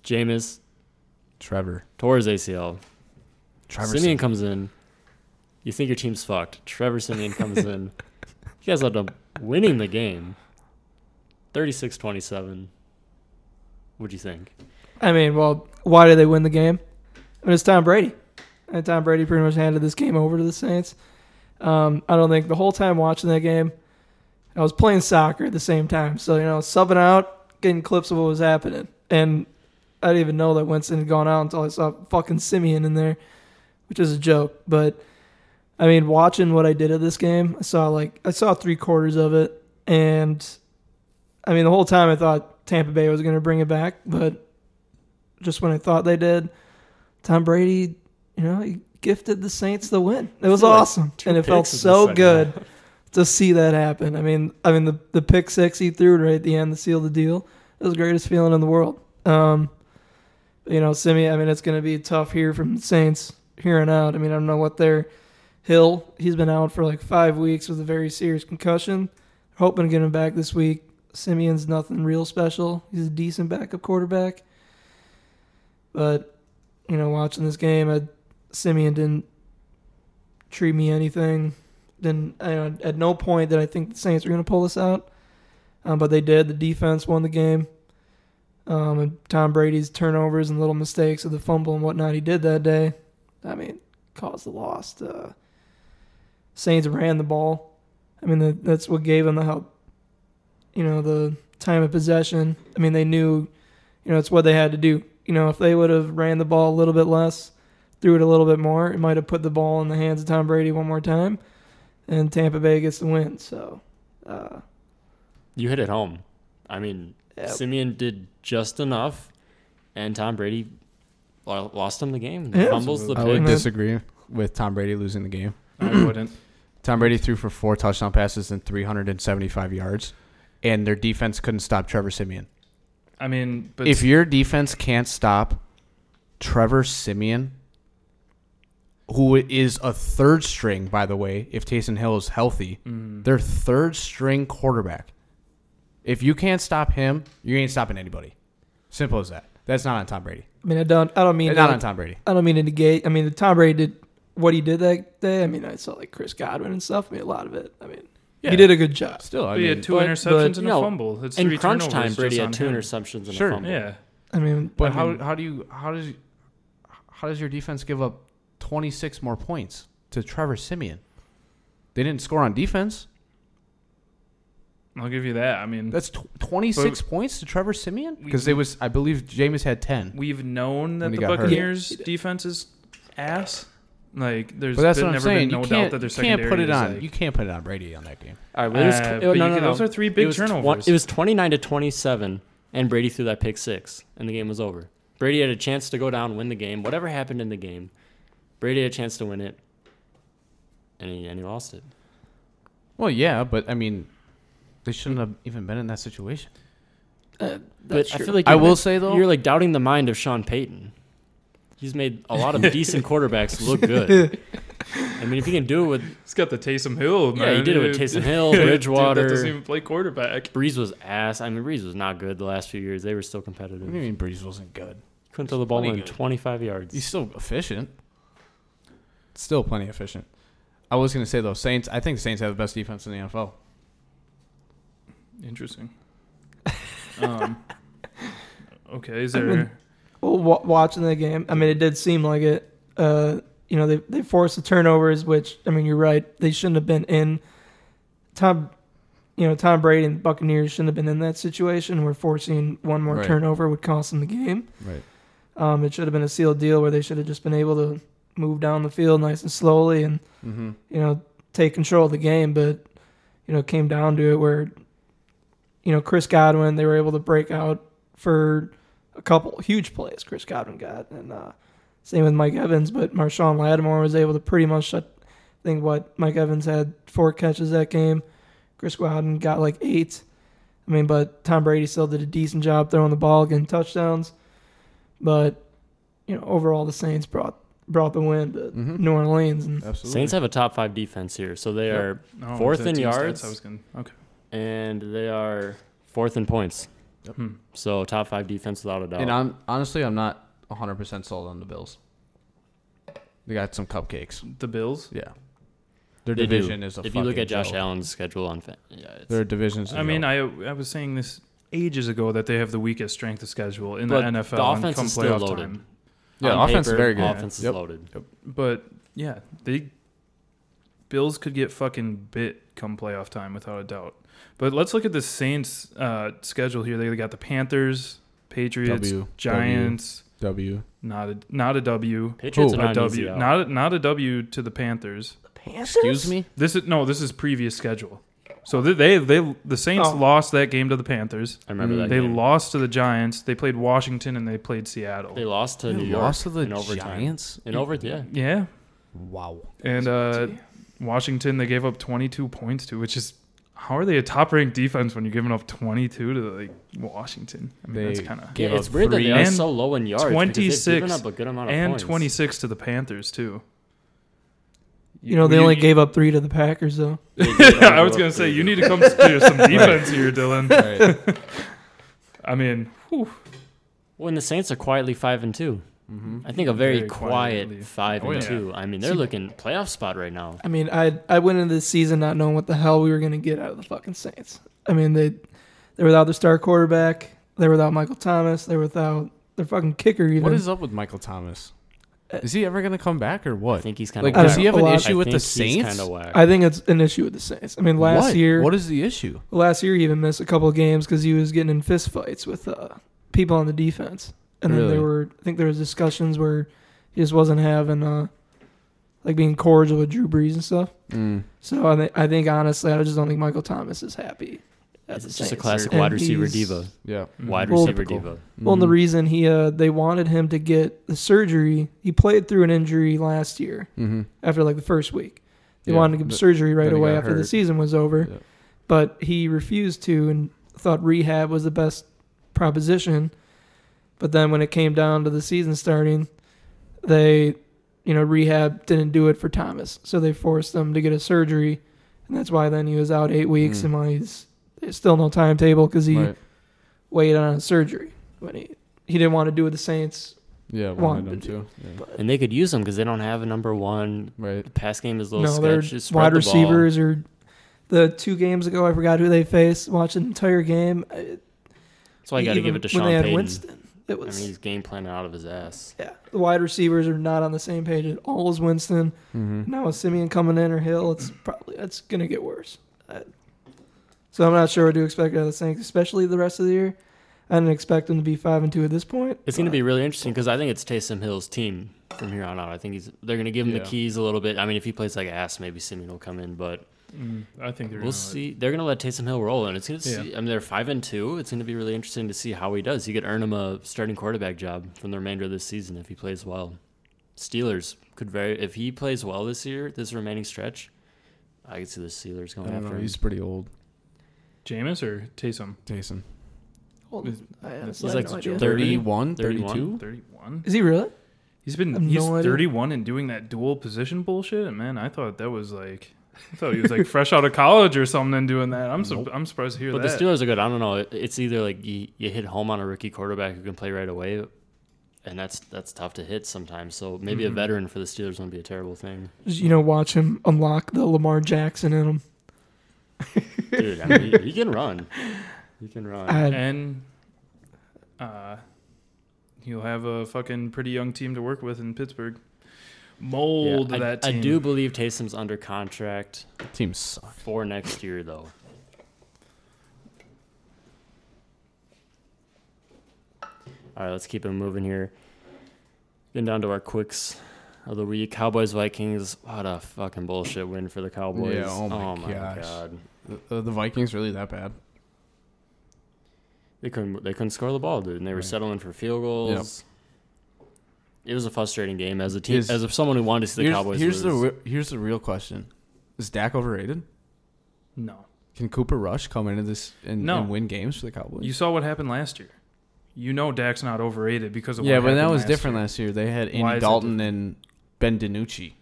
Jameis
Trevor.
towards ACL.
Trevor.
Simeon comes in, You think your team's fucked. Trevor Simeon comes in. You guys end up winning the game. 36-27. What do you think?
I mean, well, why did they win the game? I mean, it's Tom Brady. And Tom Brady pretty much handed this game over to the Saints. Um, I don't think the whole time watching that game, I was playing soccer at the same time. So, you know, subbing out, getting clips of what was happening. And I didn't even know that Winston had gone out until I saw fucking Simeon in there, which is a joke. But, I mean, watching what I did at this game, I saw like, I saw three quarters of it. And, I mean, the whole time I thought Tampa Bay was going to bring it back. But just when I thought they did, Tom Brady, you know, he gifted the Saints the win. It was
feel like
awesome,
two
and it felt
picks in the
so
second
good to see that happen. I mean, I mean the the pick six he threw right at the end to seal the deal. It was the greatest feeling in the world. Um, you know, Simi. I mean, it's going to be tough here from the Saints here and out. I mean, I don't know what their Hill. He's been out for like five weeks with a very serious concussion. Hoping to get him back this week. Simeon's nothing real special. He's a decent backup quarterback. But, you know, watching this game, I, Simeon didn't treat me anything. Didn't I, at no point did I think the Saints were going to pull this out, um, but they did. The defense won the game, um, and Tom Brady's turnovers and little mistakes of the fumble and whatnot he did that day, I mean, caused the loss. Uh, Saints ran the ball. I mean, that, that's what gave them the help. You know, the time of possession. I mean, they knew, you know, it's what they had to do. You know, if they would have ran the ball a little bit less, threw it a little bit more, it might have put the ball in the hands of Tom Brady one more time, and Tampa Bay gets the win. So, uh,
You hit it home. I mean,
yeah,
Simeon did just enough, and Tom Brady lo- lost him the game.
Yeah.
Fumbles the
I
pick.
would
Pitt.
disagree with Tom Brady losing the game.
I wouldn't.
Tom Brady threw for four touchdown passes and 375 yards, and their defense couldn't stop Trevor Simeon.
I mean, but
if your defense can't stop Trevor Simeon, who is a third string, by the way, if Taysom Hill is healthy, their third string quarterback. If you can't stop him, you ain't stopping anybody. Simple as that. That's not on Tom Brady.
I mean, I don't, I don't mean
Not
that-
on Tom Brady.
I don't mean to negate. I mean, Tom Brady did what he did that day. I mean, I saw like Chris Godwin and stuff. I mean, a lot of it. I mean,
Yeah.
he did a good job.
Still, I
But he
mean,
had two
but-
interceptions
but,
and
you know,
a fumble. That's
In
three
crunch time,
turnovers
Brady
just
had
on
two
him.
interceptions and
Sure,
a fumble.
Yeah,
I mean, uh,
but
I mean,
how how do you how does how does your defense give up 26 more points to Trevor Simeon? They didn't score on defense.
I'll give you that. I mean,
That's tw- 26 points to Trevor Simeon
Mm. We-
because it was I believe Jameis had 10.
we've known that
When he
the
got hurt.
Buccaneers' defense is ass. Like, there's
But that's
been,
what I'm
never been
saying.
no
you
doubt
can't,
that their
you can't
secondary
put it
is
on.
like-
you can't put it on Brady on that game.
All right,
Uh,
but it was, oh,
but
no,
you
no,
can-
no.
Those are three
it
big
was tw-
turnovers.
it was 29 to 27, and Brady threw that pick six, and the game was over. Brady had a chance to go down, win the game. Whatever happened in the game, Brady had a chance to win it, and he and he lost it.
Well, yeah, but I mean, they shouldn't have even been in that situation.
uh,
But
that's
I
true.
feel like
I
you're-
will say though,
you're like doubting the mind of Sean Payton. He's made a
*laughs*
lot of decent quarterbacks look good. I mean, if you can do it with
He's got the Taysom Hill.
Yeah, he
man.
did it with Taysom Hill,
*laughs* Dude,
Bridgewater.
that doesn't even play quarterback.
Breeze was ass. I mean, Breeze was not good the last few years. They were still competitive.
what do you mean Breeze wasn't good?
Couldn't throw the ball
Plenty
more than
good.
25 yards.
He's still efficient. Still plenty efficient. I was gonna say though, Saints. I think Saints have the best defense in the NFL.
Interesting.
*laughs*
Um, okay, is
I
there?
mean- Well, w- watching that game, I mean, it did seem like it. Uh, you know, they they forced the turnovers, which I mean, you're right. They shouldn't have been in. Tom, you know, Tom Brady and Buccaneers shouldn't have been in that situation where forcing one more
Right.
turnover would cost them the game.
Right.
Um, it should have been a sealed deal where they should have just been able to move down the field nice and slowly and
Mm-hmm.
you know, take control of the game, but you know, it came down to it where you know, Chris Godwin, they were able to break out for a couple huge plays Chris Godwin got and uh same with Mike Evans, but Marshawn Lattimore was able to pretty much shut I think what Mike Evans had four catches that game. Chris Godwin got like eight. I mean, but Tom Brady still did a decent job throwing the ball, getting touchdowns. But you know, overall the Saints brought brought the win to
Mhm.
New Orleans and
Absolutely.
Saints have a top five defense here, so they
Yep.
are
Oh,
Fourth
that
in
team stats,
yards.
I was gonna. Okay.
and they are fourth in points.
Hmm.
So top five defense without a doubt.
And I'm honestly, I'm not 100 percent sold on the Bills. They got some cupcakes.
The Bills.
Yeah. Their
They do.
division is a
If you look
fucking
at Josh
joke.
Allen's schedule on, fa- yeah, it's,
Their division's a
I mean,
joke.
I I was saying this ages ago that they have the weakest strength of schedule in
But
the
the
NFL. and
offense
come
is still
playoff
loaded.
Time.
yeah,
on
offense is
paper,
very good.
Offense is
Yep.
loaded.
But yeah, they Bills could get fucking bit come playoff time without a doubt. But let's look at the Saints uh, schedule here. They got the Panthers, Patriots,
W,
Giants.
W.
Not a not a W.
Patriots
Who?
are
A
not an
W.
easy out.
Not a, not a W to the Panthers.
The Panthers?
Excuse me.
This is no. This is previous schedule. So they they, they the Saints
Oh.
lost that game to the Panthers.
I remember
Mm.
that
They
game.
lost to the Giants. They played Washington and they played Seattle.
They lost to
They
New York
lost to the
in overtime.
Giants.
In over, yeah.
yeah,
Wow.
and uh, Washington they gave up 22 points to, which is how are they a top ranked defense when you're giving up 22 to like Washington? I mean
They
that's kind of
gave
yeah, it's
up
weird that
three
they are
and
so low in yards. because they've given
26
up a good amount of
and
points.
26 to the Panthers too.
You know, they only gave up three to the Packers, though.
*laughs* I was gonna say you need to come to some defense here, Dylan.
*laughs* Right.
I mean,
When the Saints are quietly five and two,
Mm-hmm.
I think a very,
Very
quiet
quietly.
five
Oh,
and
yeah.
two. I mean, they're looking playoff spot right now.
I mean, I I went into this season not knowing what the hell we were going to get out of the fucking Saints. I mean, they they're without their star quarterback, they're without Michael Thomas, they're without their fucking kicker. Even
What is up with Michael Thomas? Is he ever gonna come back
Uh,
or
I
what?
think he's kind
Like,
of.
does he have
A
an
lot-
issue with the Saints?
Kind of whack.
I think it's an issue with the Saints. I mean, last
What?
year,
what is the issue?
last year he even missed a couple of games because he was getting in fist fights with uh, people on the defense, and then
Really?
there were I think there was discussions where he just wasn't having uh like being cordial with Drew Brees and stuff.
Mm.
So I, th- I think honestly, I just don't think Michael Thomas is happy. at
it's
the
just a
Saints.
classic
And
wide receiver
he's-
diva. Mm-hmm.
Yeah. Mm-hmm.
Wide
mm,
Well,
receiver diva.
Well, and the reason he uh, they wanted him to get the surgery, he played through an injury last year
Mm-hmm.
after like the first week. They
Yeah,
wanted to give him
but
surgery right
then he
away
got
after the
hurt.
season was over,
Yeah.
but he refused to and thought rehab was the best proposition. But then when it came down to the season starting, they, you know, rehab didn't do it for Thomas, so they forced him to get a surgery, and that's why then he was out eight weeks,
Mm.
and why he's there's still no timetable because he
Right.
waited on a surgery when he he didn't want to do with the Saints.
Yeah.
wanted
Wanted him to. Yeah.
And they could use him because they don't have a number one.
Right.
The pass game is a
No,
little
their
sketch. Just spread
wide
the ball.
receivers are the two games ago. I forgot who they faced. Watched an entire game. I-
That's why I got to
even
give it to Sean
when they had
Payton.
Winston. It
I mean,
was
he's game planning out of his ass.
yeah. The wide receivers are not on the same page at all as Winston.
Mm-hmm.
Now with Simeon coming in or Hill, it's probably it's gonna get worse. I- So I'm not sure what to expect out of the Saints, especially the rest of the year. I didn't expect them to be five and two at this point.
It's going to
but-
be really interesting because I think it's Taysom Hill's team from here on out. I think he's they're going to give him
Yeah.
the keys a little bit. I mean, if he plays like ass, maybe Simeon will come in, but
mm, I think they're
we'll
gonna-
see. They're going to let Taysom Hill roll, and it's going to
Yeah.
see. I mean, they're five and two. It's going to be really interesting to see how he does. He could earn him a starting quarterback job from the remainder of this season if he plays well. Steelers could very if he plays well this year, this remaining stretch. I could see the Steelers
I
going
don't
after
know.
him.
He's pretty old.
Jameis or Taysom.
Taysom.
Hold on. I honestly
He's
have
like
no idea.
30.
31,
31?
32?
31.
Is he really?
He's been
I have
he's
no idea.
31 and doing that dual position bullshit. And man, I thought that was like I thought he was like *laughs* fresh out of college or something and doing that. I'm su- I'm surprised to hear
But
that.
the Steelers are good. I don't know. It- It's either like you, you hit home on a rookie quarterback who can play right away, and that's that's tough to hit sometimes. So maybe a
Mm-hmm.
Mhm.
veteran for the Steelers wouldn't be a terrible
*laughs*
thing.
Just, you know, watch him unlock the Lamar Jackson in him.
Dude, I mean, he, he can run. He can run.
I,
and uh, you'll have a fucking pretty young team to work with in Pittsburgh.
Yeah,
Mold
I,
that
I
team.
do believe Taysom's under contract
Team sucks.
for next year, though. All right, let's keep it moving here. Getting down to our quicks of the week. Cowboys Vikings. What a fucking bullshit win for the Cowboys.
Yeah, oh my gosh.
god.
The, uh, the Vikings really that bad?
They couldn't. They couldn't score the ball, dude, and they were
Right.
settling for field goals. It was a frustrating game as a team,
Is-
as of someone who wanted to see the
here's
Cowboys
here's the
lose.
re- here's the real question: Is Dak overrated?
No,
Can Cooper Rush come into this and,
No.
and win games for the Cowboys?
you saw what happened last year. You know Dak's not overrated because of
yeah,
what
but that
happened
was
last
different
year.
last year. They had
Why
Andy
is it
Dalton and Ben DiNucci.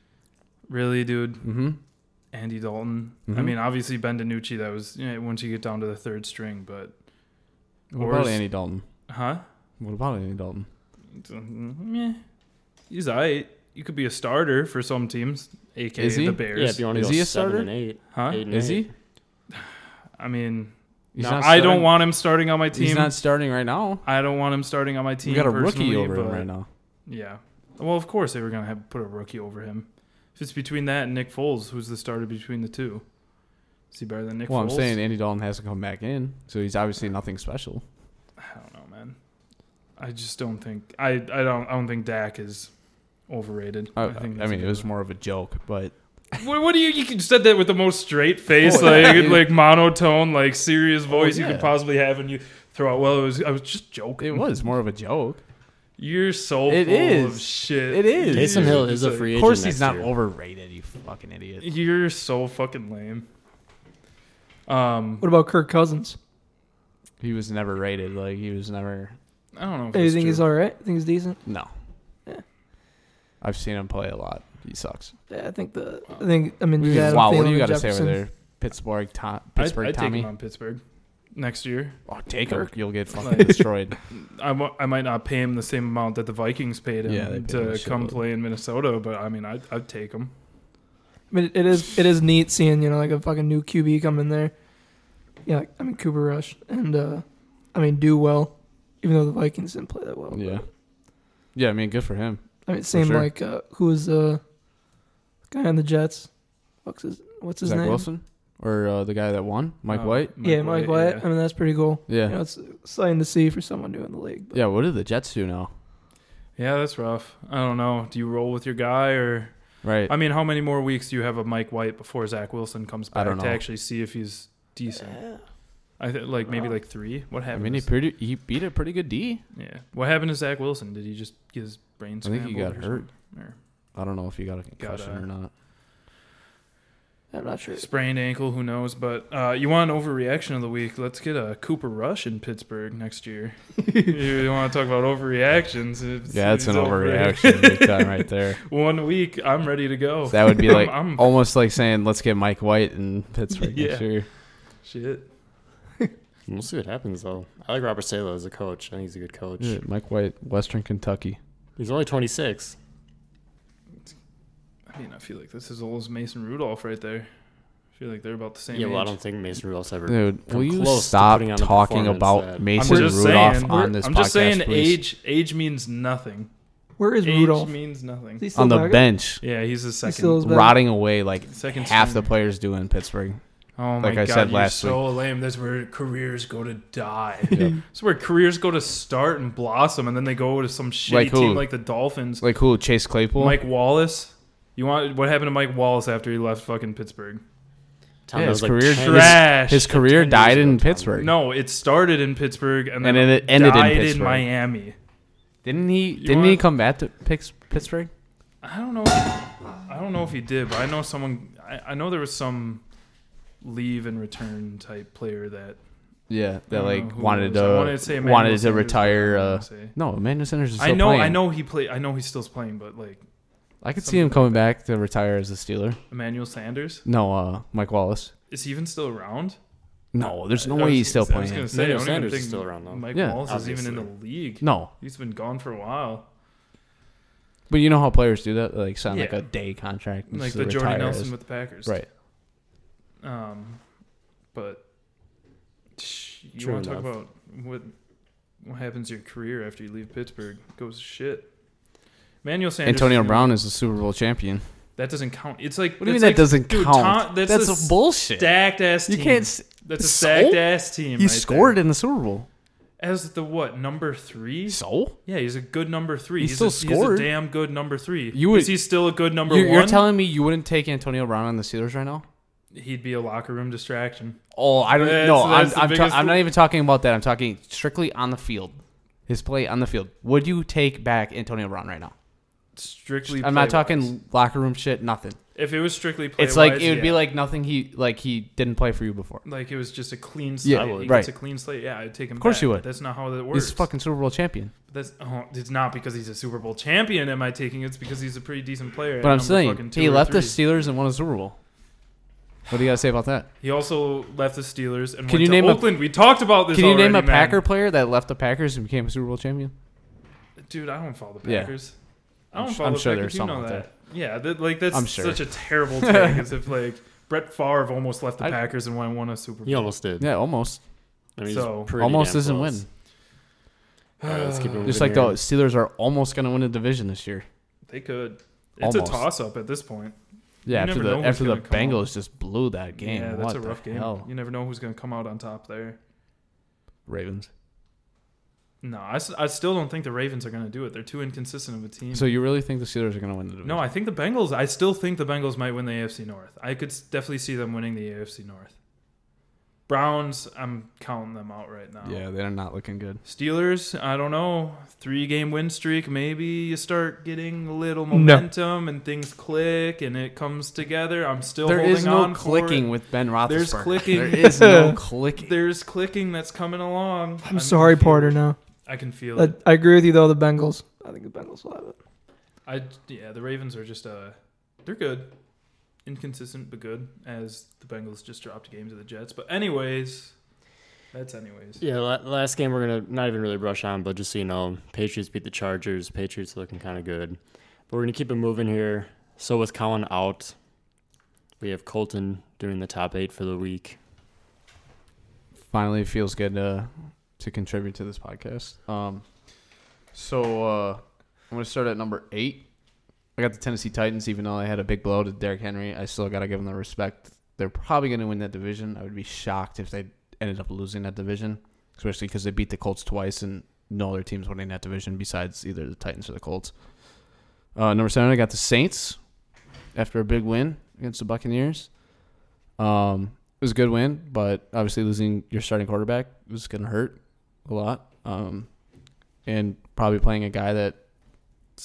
Really, dude.
Mm-hmm.
Andy Dalton. I
Mhm.
mean, obviously Ben DiNucci. That was you know, once you get down to the third string, but
What
Or
about
is-
Andy Dalton?
huh?
What about Andy Dalton?
Meh. mm-hmm, He's alright. you could be a starter for some teams, aka
Is he?
the
Yeah,
Bears.
if you want to
Is
go
he a
seven
starter?
and eight,
huh?
eight and
Is
eight.
he?
I mean,
He's
no,
not
I
starting-
don't want him starting on my team.
He's not starting right now.
I don't want him starting on my team.
We got a
personally,
rookie over him
but-
right now.
Yeah. Well, of course they were gonna have put a rookie over him. If it's between that and Nick Foles, who's the starter between the two? Is he better than Nick
well,
Foles?
I'm saying Andy Dalton has to come back in, so he's obviously nothing special.
I don't know, man. I just don't think I, I don't I don't think Dak is overrated.
I,
think
Oh, I
that's
mean,
a
it
good
was
one.
more of a joke, but
What, what do you you said that with the most straight face,
Oh, yeah,
like
dude. Oh,
like monotone, like serious voice you
yeah.
could possibly have, and you throw out. Well, it was I was just joking.
it was more of a joke.
You're so
It
full
is.
of shit.
It is.
Taysom
You're
Hill is a
just
free
Of
agent.
course, he's
next
not
year.
overrated. You fucking idiot.
You're so fucking lame. Um,
What about Kirk Cousins?
He was never rated. Like he was never.
I don't know. If
Hey, you
it's
think
true.
he's all right? You think he's decent?
No.
Yeah.
I've seen him play a lot. He sucks.
Yeah, I think the I think I mean you got
wow,
Adam
what do you
Thielen,
got to say
Jefferson.
over there? Pittsburgh, Tom,
I'd-
Pittsburgh
I'd,
Tommy.
take him on Pittsburgh next year.
oh, take him.
*laughs*
You'll get fucking
Like-
destroyed.
I, wa- I might not pay him the same amount that the Vikings paid him
Yeah, they paid him a
to come
shitload.
play in Minnesota, but I mean, I'd, I'd take him.
I mean, it is it is neat seeing you know like a fucking new QB come in there. Yeah, like, I mean Cooper Rush and uh I mean do well, even though the Vikings didn't play that well.
Yeah. Yeah, I mean, good for him.
I mean, same
sure.
like uh, who was the guy on the Jets? What's his What's his
Zach
name?
Wilson or uh, the guy that won, Mike
Uh,
White.
yeah, Mike White. I mean, that's pretty cool.
Yeah.
You know, it's exciting to see for someone new in the league. But
Yeah, what do the Jets do now?
Yeah, that's rough. I don't know. Do you roll with your guy or?
Right.
I mean, how many more weeks do you have of Mike White before Zach Wilson comes
I
back
don't
to
know.
actually see if he's decent?
Uh,
Yeah.
I th- like maybe
Well,
like three. What
I
happened?
mean,
to
he pretty he beat a pretty good D.
Z- yeah. What happened to Zach Wilson? Did he just get his brain?
I think he got
scrambled or
hurt.
something? Or
I don't know if he got a concussion
uh,
or
*laughs*
not.
I'm not sure.
Sprained ankle, who knows? But uh, you want an overreaction of the week? Let's get a Cooper Rush in Pittsburgh next
*laughs*
year. you want to talk about overreactions? It's,
Yeah, that's
it's
an
over.
overreaction big time
*laughs*
right there.
One week, I'm ready to go.
That
*laughs*
would be like
I'm, I'm-
almost like saying let's get Mike White in Pittsburgh
Yeah.
next year.
shit.
We'll see what happens though. I like Robert Sala as a coach. I think he's a good coach.
Yeah, Mike White, Western Kentucky.
He's only 26.
I mean, I feel like this is old as Mason Rudolph right there. I feel like they're about the same.
yeah, well, I
age.
don't think Mason Rudolph's ever.
Dude,
Come
will you
close to
stop
putting on the
talking
performance
about
that-
I'm
Mason
just
Rudolph
saying,
on
we're-
this
I'm
podcast,
just saying,
please?
age age means nothing.
Where is
age
Rudolph?
means
Is
nothing.
he still
on the
back?
bench,
Yeah, he's the
He
second.
still is back?
rotting away like
*laughs*
Second
half the
stringer.
players do in Pittsburgh.
Oh my
Like I
god,
said
you're
last
so lame. That's where careers go to die.
Yeah.
*laughs* That's where careers go to start and blossom, and then they go to some shitty
Like who?
team like the Dolphins.
Like who? Chase Claypool.
Mike Wallace. You want what happened to Mike Wallace after he left fucking Pittsburgh?
Tom,
Yeah,
that
his
was like
career
10
Trash.
His career
10 years
died
ago,
in
Tom.
Pittsburgh.
no, it started in Pittsburgh and then
And it ended in
died in,
Pittsburgh.
Miami.
Didn't he? didn't he
want-
come back to Pix- Pittsburgh?
I don't know. I don't know if he did, but I know someone. I, I know there was some leave and return type player that
Yeah,
I
that
don't
like
know who it
wanted
was.
to
I wanted to say Emmanuel
wanted to
Sanders, but I
retire.
don't wanna
Uh,
say.
no, Emmanuel Sanders is
I
still
know. I
playing.
know he played. I know he's still playing, but like
I could see him
something
coming back to retire as a Steeler.
Emmanuel Sanders
No, uh, Mike Wallace.
is he even still around?
No, there's no
I- I
way
was-
he's
I
still
was
playing.
gonna say, I
Emmanuel
don't even
Sanders is
think
still around, though.
Mike
Yeah.
Wallace is even in
Obviously.
the league.
No,
He's been gone for a while.
but you know how players do that? They, Like sign like
Yeah.
a day contract, and
Like
just
the Jordy
retire
Nelson
as-
with the Packers.
right?
Um, but sh- you
True
want to talk
enough.
about what what happens to your career after you leave Pittsburgh? Goes to shit. Manuel Sanders.
Antonio
you know,
Brown is a Super Bowl champion.
That doesn't count. It's like
What do you mean
that's
that
like-
doesn't
dude,
count?
Tom- that's
That's,
a
a bullshit.
stacked ass.
you
team.
can't. s-
That's a
So?
stacked ass team.
He
right
scored
there.
in the Super Bowl.
as the what number three?
So
Yeah, he's a good number three.
He
he's
still
a,
scored.
He's a damn good number three.
You would-
Is he still a good number
you're,
one?
you're telling me you wouldn't take Antonio Brown on the Steelers right now?
He'd be a locker room distraction.
Oh, I don't
That's-
know. I'm,
that's the
I'm, ta-
biggest-
I'm not even talking about that. I'm talking strictly on the field. His play on the field. Would you take back Antonio Brown right now?
Strictly.
I'm not
play-wise.
talking locker room shit. Nothing.
If it was strictly play,
It's like it would be like nothing. He like he didn't play for you before.
like it was just a clean slate.
Yeah,
Yeah,
I would.
he
right.
gets a clean slate. Yeah, I'd take him. Of
course
back.
you would.
That's not how that works.
He's a fucking Super Bowl champion.
That's oh, it's not because he's a Super Bowl champion. Am I taking it? It's because he's a pretty decent player.
But
at
I'm
number
saying
fucking two
he
or
left the
three.
Steelers and won a Super Bowl. What do you got to say about that?
He also left the Steelers and
Can
went
you
to
name a-
Oakland. we talked about this.
Can you name a
already, man.
Packer player that left the Packers and became a Super Bowl champion?
Dude, I don't follow the
Yeah.
Packers. I don't
I'm sh-
follow
I'm sure
Packers,
there's
you
some
know
out
that. Yeah, that, like that's
I'm sure.
such a
*laughs*
terrible take. as if like Brett Favre almost left the
I-
Packers and won, won a Super Bowl.
You almost did.
Yeah, almost.
I mean, it's
So-
pretty
almost
damn
doesn't
close.
win.
All right,
*sighs*
let's keep it
Just
moving
like the
here.
Steelers are almost going to win the division this year.
They could. It's a
Almost.
toss up at this point. You
Yeah, after
never know
the
who's
after the
gonna come
Bengals just blew that game.
Yeah, that's
What
a
the
rough game.
hell?
You never know who's going to come out on top there.
Ravens.
No, I, s- I still don't think the Ravens are going to do it. They're too inconsistent of a team.
So you really think the Steelers are going to win the division?
no, I think the Bengals. I still think the Bengals might win the AFC North. I could s- definitely see them winning the AFC North. Browns, I'm counting them out right now.
Yeah, they're not looking good.
Steelers, I don't know. Three game win streak. Maybe you start getting a little
No.
momentum and things click and it comes together. I'm still
There
holding
is no
on
clicking
For
with Ben Roethlisberger.
There's clicking.
There
*laughs*
is no clicking.
it. There's clicking that's coming along.
I'm sorry,
feel
Porter.
it.
Now
I can feel
I,
it.
I agree with you though. The Bengals. I think the Bengals will have it.
I yeah, the Ravens are just uh they're good. Inconsistent but good as the Bengals just dropped games to the Jets. But anyways, that's anyways.
Yeah, la- last game we're gonna not even really rush on, but just so you know, Patriots beat the Chargers. Patriots looking kind of good, but we're gonna keep it moving here. So with Colin out, we have Colton doing the top eight for the week.
Finally, feels good to to contribute to this podcast. Um, so uh, I'm going to start at number eight. I got the Tennessee Titans, even though I had a big blow to Derrick Henry. I still got to give them the respect. They're probably going to win that division. I would be shocked if they ended up losing that division, especially because they beat the Colts twice and no other teams winning that division besides either the Titans or the Colts. Uh, number seven, I got the Saints after a big win against the Buccaneers. Um, it was a good win, but obviously losing your starting quarterback was going to hurt a lot. Um, and probably playing a guy that's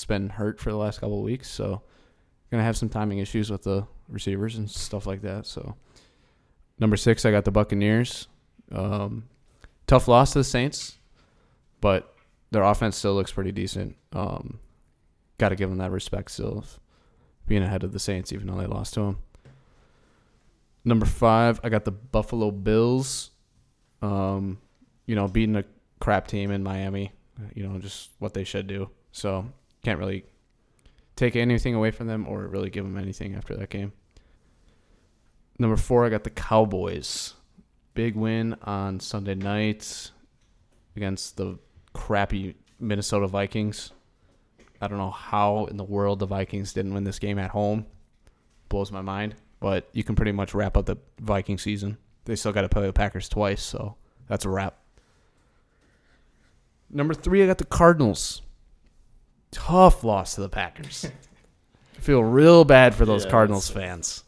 been hurt for the last couple of weeks, so going to have some timing issues with the receivers and stuff like that. So number six, I got the Buccaneers. Um, tough loss to the Saints, but their offense still looks pretty decent. Um, got to give them that respect still of being ahead of the Saints, even though they lost to them. Number five, I got the Buffalo Bills. Um, you know, beating a crap team in Miami. You know, just what they should do. So can't really take anything away from them or really give them anything after that game. Number four, I got the Cowboys. Big win on Sunday night against the crappy Minnesota Vikings. I don't know how in the world the Vikings didn't win this game at home. Blows my mind but you can pretty much wrap up the Viking season. They still got to play the Packers twice, so that's a wrap. Number three, I got the Cardinals. Tough loss to the Packers. I feel real bad for those
Yeah,
Cardinals
that's-
fans.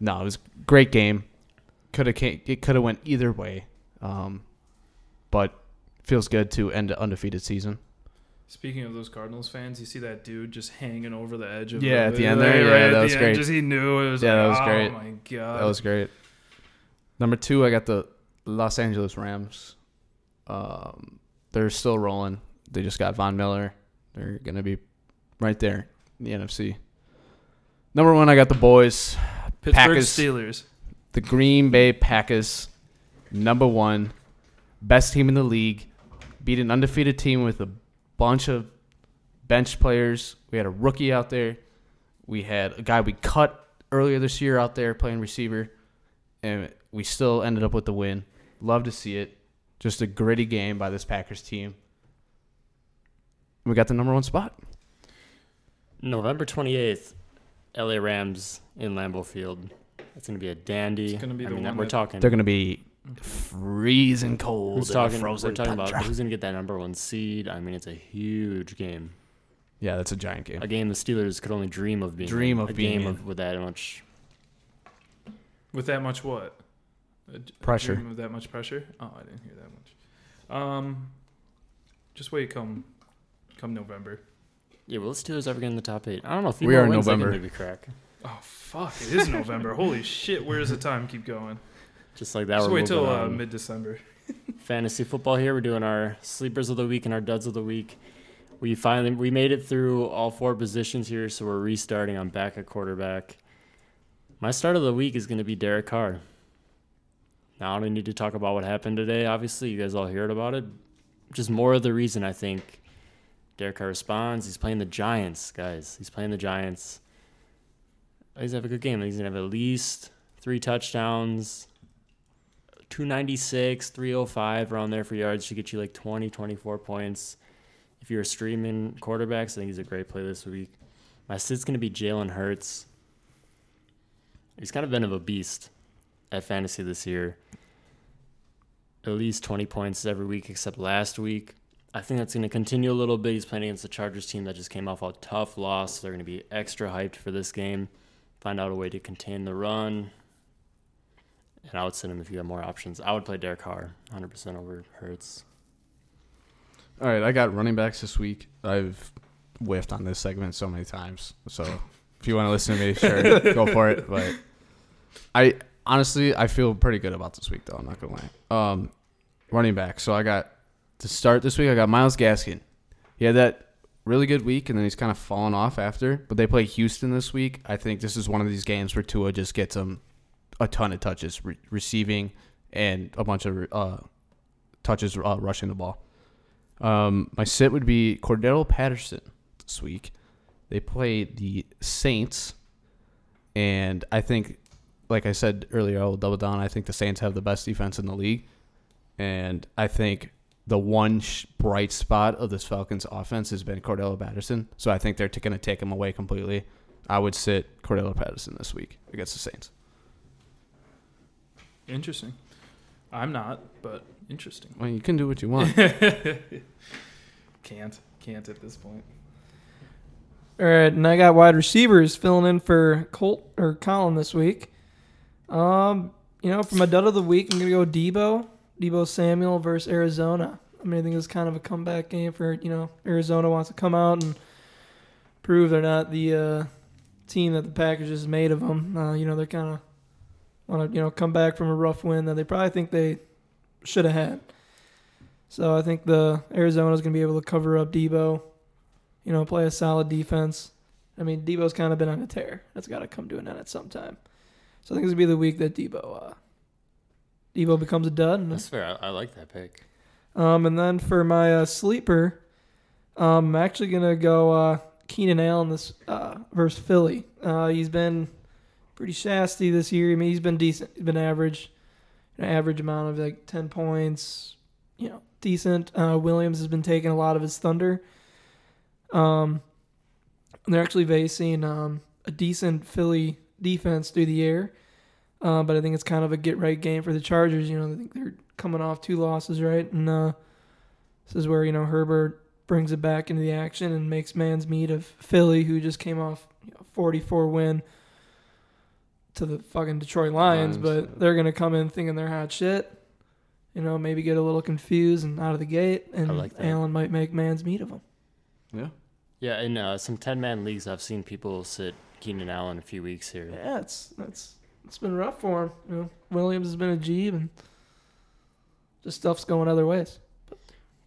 No, it was a great game. Could have it could have went either way, um, but feels good to end an undefeated season.
Speaking of those Cardinals fans, you see that dude just hanging over the edge of
Yeah, at the end
like,
there, yeah,
right at
that
the
was
end,
great.
Just he knew it was
Yeah, that
like,
was great.
Oh my god,
That was great. Number two, I got the Los Angeles Rams. Um, they're still rolling. They just got Von Miller. They're gonna be right there in the NFC. Number one, I got the boys,
Pittsburgh
Packers.
Steelers.
the Green Bay Packers. Number one, best team in the league. Beat an undefeated team with a bunch of bench players. We had a rookie out there. We had a guy we cut earlier this year out there playing receiver, and we still ended up with the win. Love to see it. Just a gritty game by this Packers team. We got the number one spot.
November twenty eighth, L.A. Rams in Lambeau Field. That's gonna be a dandy.
It's gonna be
I
the
mean,
one
we're
that-
talking.
They're going to be freezing cold.
Who's
in the
talking?
frozen
We're talking about
tundra.
who's gonna get that number one seed. I mean, it's a huge game.
Yeah, that's a giant game.
A game the Steelers could only dream of being.
Dream
in.
of
a
being
game
in.
of, with that much
With that much what? A d- a
Pressure.
dream With that much pressure? Oh, I didn't hear that much. Um, just wait. Come, come November.
Yeah, will the Steelers ever get in the top eight? I don't know. If
We
Tebow
are in
wins, they can
November.
Maybe crack.
Oh fuck! It is November. Holy shit! Where does the time keep going?
Just like that.
Just
we're
wait till
moving
uh,
on.
mid December.
fantasy football here. We're doing our sleepers of the week and our duds of the week. We finally we made it through all four positions here, so we're restarting. I'm back at quarterback. My start of the week is going to be Derek Carr. Now I don't need to talk about what happened today. Obviously, you guys all heard about it. Just more of the reason I think Derek Carr responds. He's playing the Giants, guys. He's playing the Giants. He's gonna have a good game. He's gonna have at least three touchdowns, 296, 305 around there for yards. Should get you like 20, 24 points. If you're streaming quarterbacks, I think he's a great play this week. My sit's gonna be Jalen Hurts. He's kind of been of a beast at fantasy this year. At least 20 points every week except last week. I think that's going to continue a little bit. He's playing against the Chargers team that just came off a tough loss. They're going to be extra hyped for this game. Find out a way to contain the run. And I would send him if you had more options. I would play Derek Carr 100% over Hurts.
All right, I got running backs this week. I've whiffed on this segment so many times. So if you want to listen to me, sure, go for it. But I honestly, I feel pretty good about this week, though. I'm not gonna lie. Um, running back. So I got to start this week. I got Miles Gaskin. He had that really good week, and then he's kind of fallen off after. But they play Houston this week. I think this is one of these games where Tua just gets him a ton of touches re- receiving and a bunch of uh, touches uh, rushing the ball. Um, my sit would be Cordell Patterson this week. They play the Saints, and I think, like I said earlier, I will double down. I think the Saints have the best defense in the league, and I think the one sh- bright spot of this Falcons offense has been Cordell Patterson. So I think they're t- going to take him away completely. I would sit Cordell Patterson this week against the Saints.
Interesting. I'm not, but interesting.
Well, you can do what you want.
*laughs* Can't. Can't at this point.
All right, and I got wide receivers filling in for Colt or Colin this week. Um, you know, for my dud of the week, I'm gonna go Debo, Debo Samuel versus Arizona. I mean, I think it's kind of a comeback game for you know Arizona wants to come out and prove they're not the uh, team that the Packers just made of them. Uh, you know, they're kind of want to you know come back from a rough win that they probably think they should have had. So I think the Arizona's gonna be able to cover up Debo you know, play a solid defense. I mean, Debo's kind of been on a tear. That's got to come to an end at some time. So I think this will be the week that Debo, uh, Debo becomes a dud.
Mm-hmm.
And,
That's fair. I, I like that pick.
um, and then for my uh, sleeper, um, I'm actually gonna go uh, Keenan Allen this uh, versus Philly. Uh, he's been pretty shasty this year. I mean, he's been decent. He's been average, an average amount of like ten points. You know, decent. Uh, Williams has been taking a lot of his thunder. Um, and they're actually facing um, a decent Philly defense through the air, uh, but I think it's kind of a get right game for the Chargers. You know, I think they're coming off two losses, right? And uh, this is where you know Herbert brings it back into the action and makes man's meat of Philly, who just came off you know, 44 win to the fucking Detroit
Lions,
Lions, but
yeah.
they're gonna come in thinking they're hot shit. You know, maybe get a little confused and out of the gate, and
like that.
Allen might make man's meat of them.
yeah.
Yeah, in uh, some 10 man leagues, I've seen people sit Keenan Allen a few weeks here.
Yeah, it's that's it's been rough for him. You know, Williams has been a Jeeb and just stuff's going other ways.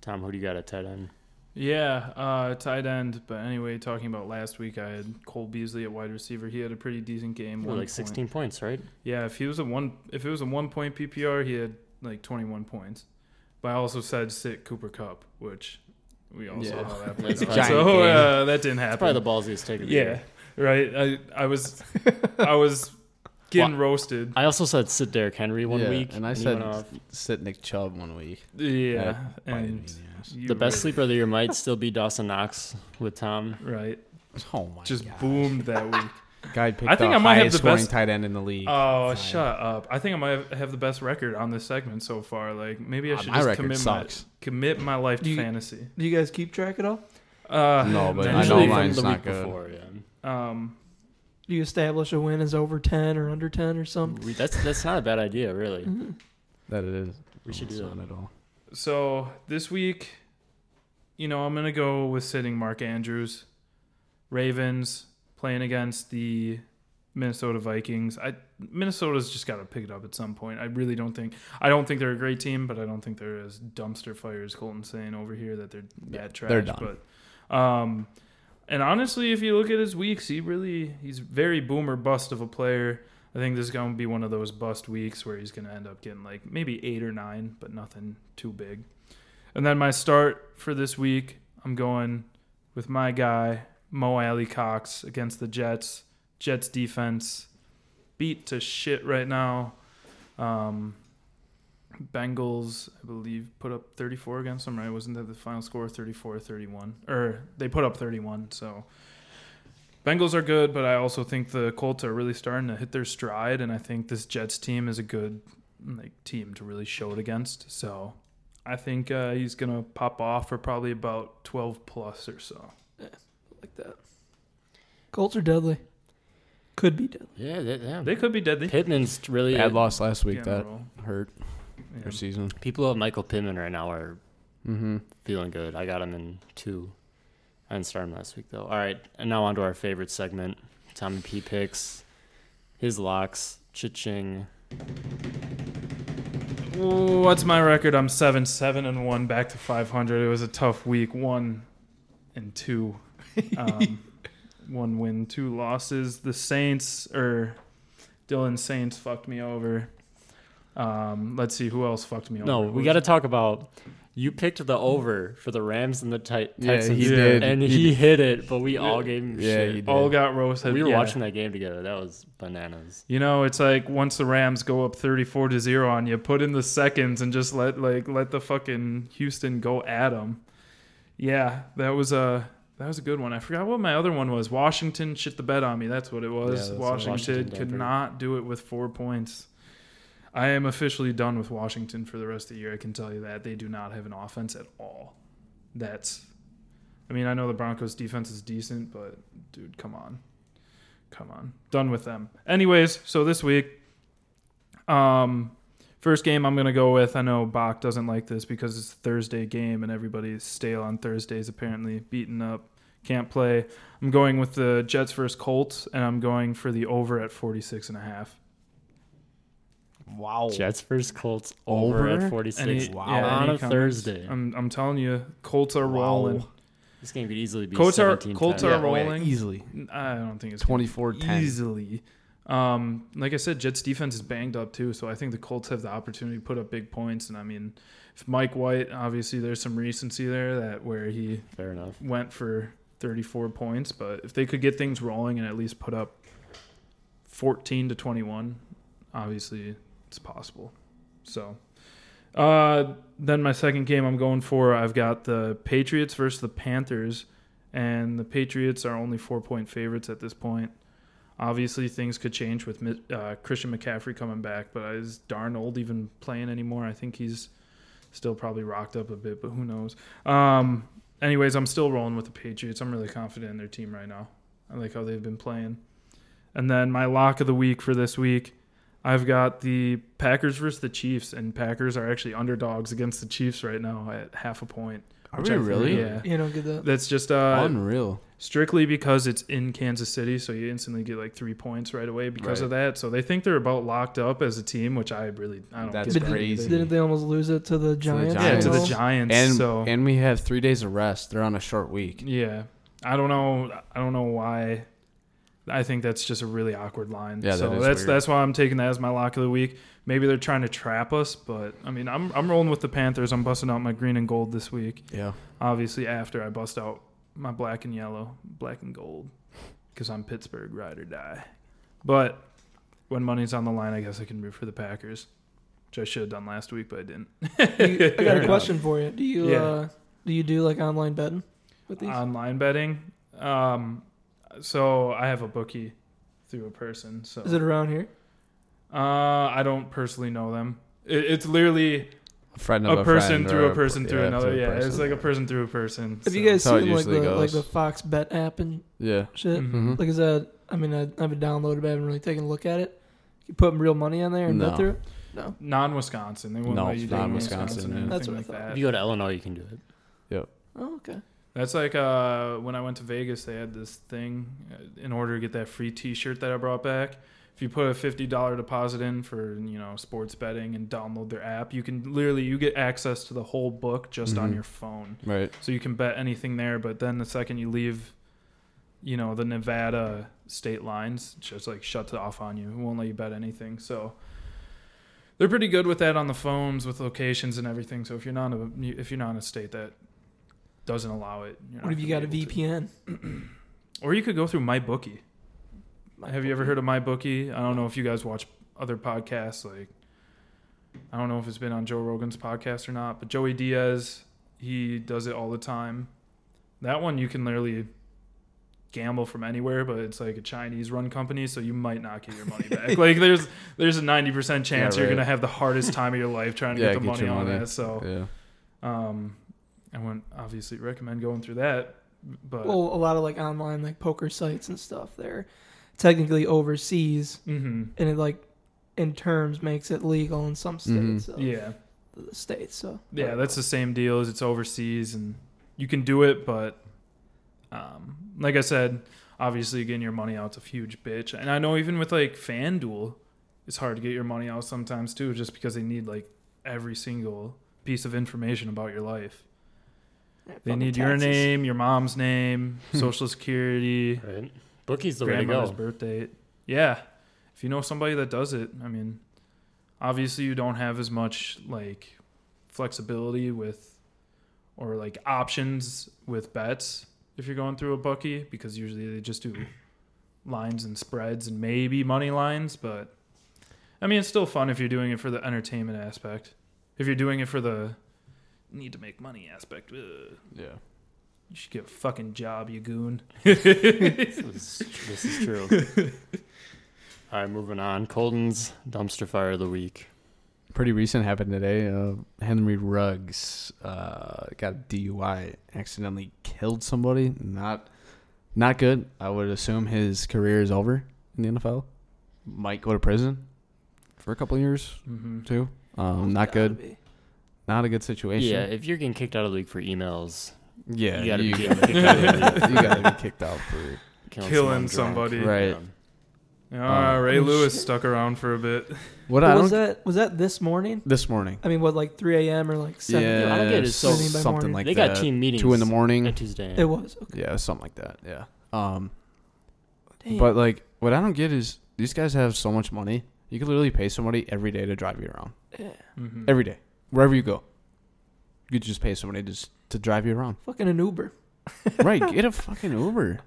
Tom, who do you got at tight end?
Yeah, uh, tight end. But anyway, talking about last week, I had Cole Beasley at wide receiver. He had a pretty decent game.
Well,
one
like
point.
16 points, right?
Yeah, if he was a one, if it was a one point PPR, he had like twenty one points. But I also said sit Cooper Cup, which we all saw
Yeah.
how
*laughs*
that
It's
played
a
out.
giant
So
game.
*laughs* uh, that didn't
That's probably
happen.
the balls he's taken.
yeah, right. I I
*laughs*
was I was getting roasted.
I also said sit Derrick Henry one
Yeah,
week.
and I
he
said-
went off.
*laughs* Sit Nick Chubb one week.
Yeah, and you
the best
were-
sleeper of the year might still be Dawson Knox with Tom.
Right,
*laughs* Oh my
just
god.
boomed
*laughs*
that week.
Guy picked
I think
the
I might have
highest
the
scoring
best-
tight end in the league.
Oh,
Fine.
shut up! I think I might have the best record on this segment so far. Like maybe I
Ah,
should
my
just
record
commit
sucks.
my commit my life to
You-
fantasy.
Do you guys keep track at all?
Uh,
No,
*laughs*
but I
Usually
know
from
mine's
the
not
week
good.
Before, yeah.
Um,
Do you establish a win as over ten or under ten or something? Mm-hmm.
We, that's that's not a bad idea, really.
that it is.
We should
It's
do
not
that.
at all.
so this week, you know, I'm gonna go with sitting Mark Andrews, Ravens playing against the Minnesota Vikings. I Minnesota's just got to pick it up at some point. I really don't think I don't think they're a great team, but I don't think they're as dumpster fire as Colton's saying over here that they're
Yeah,
that trash.
they're done.
But um, and honestly, if you look at his weeks, he really he's very boomer bust of a player. I think this is going to be one of those bust weeks where he's going to end up getting like maybe eight or nine, but nothing too big. And then my start for this week, I'm going with my guy Mo Alley Cox against the Jets. Jets defense beat to shit right now. Um, Bengals, I believe, put up 34 against them, right? Wasn't that the final score? 34 31. Or they put up 31. So Bengals are good, but I also think the Colts are really starting to hit their stride. And I think this Jets team is a good like team to really show it against. So I think uh, he's going to pop off for probably about 12 plus or so.
like that. Colts are deadly. Could be deadly.
Yeah, they, yeah.
They could be deadly.
Pittman's really.
Bad loss last week.
Yeah,
that
roll.
hurt
Yeah.
their season.
People who have Michael Pittman right now are
Mm-hmm.
feeling good. I got him in two. I didn't start him last week though. All right, and now on to our favorite segment, Tommy P picks, his locks, cha-ching.
What's my record? I'm seven, seven and one, back to 500. It was a tough week. One and two, um, one win, two losses. The Saints or Dylan Saints fucked me over. Um, let's see who else fucked me
No,
over.
we got to talk about. You picked the over for the Rams and the Ti-
Yeah, he
Texans,
did.
and
He
he
did.
hit it. But we all gave him
Yeah,
shit. Oh,
he did.
all got roasted.
We were
Yeah.
watching that game together. That was bananas.
You know, it's like once the Rams go up 34 to 0 on you, put in the seconds and just let like let the fucking Houston go at them. Yeah, that was a that was a good one. I forgot what my other one was. Washington shit the bed on me. That's what it
Yeah, that's
was.
what
Washington,
Washington
could
Denver.
not do it with 4 points. I am officially done with Washington for the rest of the year. I can tell you that they do not have an offense at all. That's I mean, I know the Broncos defense is decent, but dude, come on. Come on. Done with them. Anyways, so this week um first game I'm going to go with. I know Bach doesn't like this because it's a Thursday game and everybody's stale on Thursdays apparently, beaten up, can't play. I'm going with the Jets versus Colts and I'm going for the over at 46 and a half.
Wow.
Jets versus Colts over,
Oh. Over?
at 46
Any-
Wow.
yeah,
on
any
a
comments?
Thursday.
um,
I'm I'm telling you, Colts are
Wow.
rolling.
this game could easily be
Colts are
17
Colts are
Yeah, oh, yeah,
rolling.
easily.
I don't think it's gonna
24-10.
easily. Um, like I said, Jets defense is banged up too, so I think the Colts have the opportunity to put up big points. And I mean, if Mike White, obviously, there's some recency there that where he
Fair enough.
went for 34 points, but if they could get things rolling and at least put up 14 to 21, obviously it's possible. So, uh, then my second game I'm going for, I've got the Patriots versus the Panthers, and the Patriots are only four point favorites at this point. Obviously, things could change with Mi- uh, Christian McCaffrey coming back, but is Darnold even playing anymore? I think he's still probably rocked up a bit, but who knows? Um, anyways, I'm still rolling with the Patriots. I'm really confident in their team right now. I like how they've been playing. And then my lock of the week for this week, I've got the Packers versus the Chiefs, and Packers are actually underdogs against the Chiefs right now at half a point.
Are
which
we
I think-
really?
Yeah.
You don't get that.
That's just uh,
Unreal.
strictly because it's in Kansas City, so you instantly get like three points right away because of that. So they think they're about locked up as a team, which I really I don't.
That's
get that.
did-
crazy.
Didn't they almost lose it to the Giants?
Yeah, to the
as well?
Giants.
And
so
and we have three days of rest. They're on a short week.
Yeah. I don't know I don't know why I think that's just a really awkward line.
Yeah, that
so
is
that's
weird.
that's why I'm taking that as my lock of the week. Maybe they're trying to trap us, but I mean I'm I'm rolling with the Panthers. I'm busting out my green and gold this week.
Yeah.
Obviously after I bust out my black and yellow, black and gold cuz I'm Pittsburgh ride or die. But when money's on the line, I guess I can root for the Packers, which I should have done last week, but I didn't.
You- I got
Fair
*laughs*
a question for you. Do you
Yeah.
uh, do you do like online betting with these?
online betting. Um, so I have a bookie through a person. So
Is it around here?
uh, I don't personally know them. It, it's literally
A friend of
a,
a,
person
friend
through
or
a person through another.
through a
yeah, it's
person.
like a person through a person.
Have you
so-
guys
That's how it
seen like the
usually goes.
like the Fox Bet app and
yeah. Mm-hmm.
shit?
Mhm.
Like is that? I mean, I, I've been downloaded, but I haven't really taken a look at it. You put real money on there and
No.
bet through it.
non-Wisconsin? They won't
No,
let you do
non-Wisconsin,
Wisconsin. or
yeah.
anything
That's what I
like
thought.
that.
If you go to Illinois, you can do it.
Oh, okay.
That's like uh, when I went to Vegas, they had this thing uh, in order to get that free T-shirt that I brought back. If you put a fifty dollar deposit in for you know sports betting and download their app, you can literally you get access to the whole book just on
Mhm.
your phone,
Right.
so you can bet anything there. But then the second you leave, you know the Nevada state lines it just like shuts it off on you. It won't let you bet anything. So they're pretty good with that on the phones with locations and everything. So if you're not a if you're not in a state that doesn't allow it. You're
What
not
if you
gonna
got a
be able to.
VPN?
*clears throat* Or you could go through MyBookie. Have you ever heard of MyBookie? I don't know if you guys watch other podcasts. Like, I don't know if it's been on Joe Rogan's podcast or not, but Joey Diaz, he does it all the time. That one you can literally gamble from anywhere, but it's like a Chinese run company, so you might not get your
*laughs*
money back. like, there's there's a ninety percent chance
Yeah,
you're
right.
gonna have the hardest time of your life trying to get
Yeah,
the
get
money
your
on
money.
that. So,
Yeah.
um, I wouldn't obviously recommend going through that, but
Well, a lot of like online like poker sites and stuff. They're technically overseas,
hmm
and it like in terms makes it legal in some
Mhm.
states. of
Mm-hmm. yeah.
The states. So
Yeah, that's the same deal as it's overseas and you can do it, but um, like I said, obviously getting your money out's a huge bitch. And I know even with like FanDuel, it's hard to get your money out sometimes too, just because they need like every single piece of information about your life.
Yeah,
They
fucking
need your
taxes.
name, your mom's name, social security,
Right. Bookie's the way to
grandmother's
go.
birth date. Yeah. If you know somebody that does it, I mean, obviously you don't have as much like flexibility with or like options with bets if you're going through a bookie because usually they just do lines and spreads and maybe money lines, but I mean, it's still fun if you're doing it for the entertainment aspect. If you're doing it for the need to make money aspect, ugh,
Yeah.
you should get a fucking job, you goon.
This is, this is true.
*laughs*
All right, moving on. Colton's dumpster fire of the week.
Pretty recent happened today. Uh, Henry Ruggs uh, got a DUI, accidentally killed somebody. Not, not good. I would assume his career is over in the NFL. Might go to prison for a couple of years
hmm
or two. Um,
Oh, It's
not
gotta
good.
be.
Not a good situation.
Oh, Yeah, if you're getting kicked out of the league for emails,
Yeah,
You gotta
you
be
gotta,
kicked out of
you gotta be kicked out for.
Killing
someone drunk,
somebody.
Right.
um,
Ah,
Um,
Ray
Oh,
Lewis
shit.
stuck around for a bit.
What I
But
don't
was that was that this morning?
this morning.
I mean, what like 3 a.m. or like 7?
Yeah, I don't get it. So-
Morning by
something
morning.
like
they
that.
got team meetings
two in the morning.
on Tuesday.
It was. Okay.
Yeah, something like that. Yeah. Um,
Damn.
But like, what I don't get is these guys have so much money. You could literally pay somebody every day to drive you around.
yeah.
Mhm.
Every day, wherever you go, you could just pay somebody just to drive you around.
Fucking an Uber.
right? Get a fucking Uber.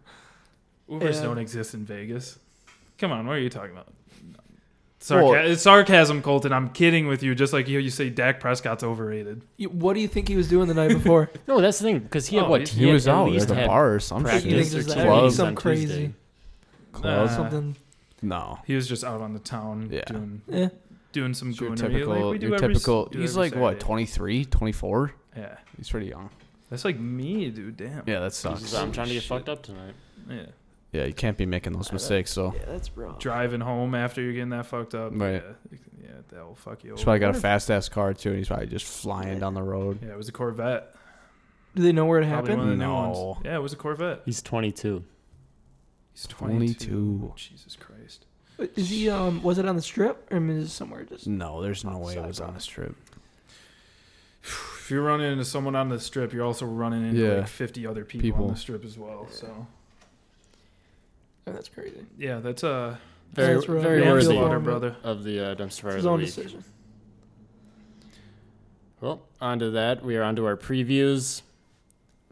Ubers
Yeah.
don't exist in Vegas. Come on, what are you talking about? Sarca-
Well-
it's sarcasm, Colton. I'm kidding with you. Just like you, you say Dak Prescott's overrated.
You, what do you think he was doing the night before?
No, that's the thing because he had
Oh,
what?
he's-
He,
He
had
was
at
out
least
at the
had
bar or some
practice
You think
shit.
or
just
team
that?
meetings
Clubs.
Some
on
crazy-
Tuesday.
Clubs?
Nah.
Something.
No.
He was just out on the town
Yeah.
doing
Yeah.
doing some
Your
goonery,
typical.
Like we do
your
every s-
typical.
do
he's
every
like what?
Saturday.
23, 24?
Yeah,
He's pretty young.
that's like me, dude. Damn.
Yeah, that
He's
sucks.
just, I'm trying to get
Shit.
fucked up tonight.
Yeah.
Yeah, you can't be making
Yeah,
those
that-
mistakes. So
Yeah, that's wrong.
Driving home after you're getting that fucked up.
Right.
Yeah, yeah that will fuck you
he's
over.
probably got a fast ass car too, and he's probably just flying down the road.
Yeah, it was a Corvette.
Do they know where it
Probably
happened?
one of the new
No.
ones. Yeah, it was a Corvette.
He's 22.
He's 22.
22.
Jesus Christ.
Is he? Um, was it on the strip or I mean, is it somewhere just?
No, there's no way it
Outside,
was
bro.
on this trip.
If you're running into someone on the strip, you're also running into
Yeah.
like 50 other people,
People.
on the strip as well. So
Oh, that's crazy.
yeah, that's uh,
Very-
that's rough.
very
Yeah,
worthy.
feel
manslaughter,
for him.
brother.
Of the uh, dumpster fire
It's
of
his
the
own
week.
decision.
Well, on to that. We are on to our previews.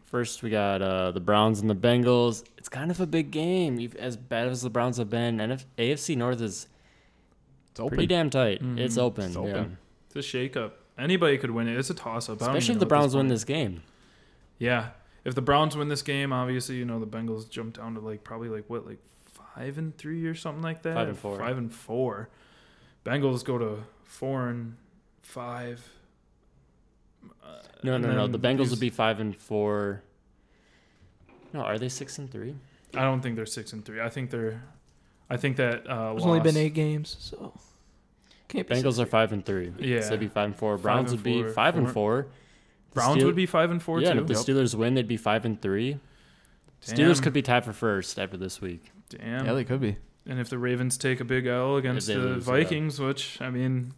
First, we got uh, the Browns and the Bengals. It's kind of a big game. You've- As bad as the Browns have been, NF- AFC North is
It's open.
pretty damn tight.
Mhm.
It's open.
It's
Yeah.
open.
It's a shakeup. Anybody could win it. It's a toss up.
Especially if the Browns win this game.
Yeah. If the Browns win this game, obviously, you know, the Bengals jump down to like probably like what, like five and three or something like that?
Five and four.
Five and four. Bengals go to four and five. Uh,
No,
and
no, no.
then
The Bengals
these-
would be five and four. No, are they six and three?
I don't think they're six and three. I think they're. I think that uh,
There's only been
loss-
eight games, so can't be.
Bengals are five and three.
Yeah.
so they'd be five and four.
Five
Browns
and
would be
four.
five and
Four.
four.
Browns
Steel-
would be five and four
yeah, and
too.
if the
Yep.
Steelers win, they'd be five and three. Steelers
Damn.
could be tied for first after this week.
Damn.
Yeah, they could be.
and if the Ravens take a big L against
they
the
lose, yeah.
Vikings, which I mean,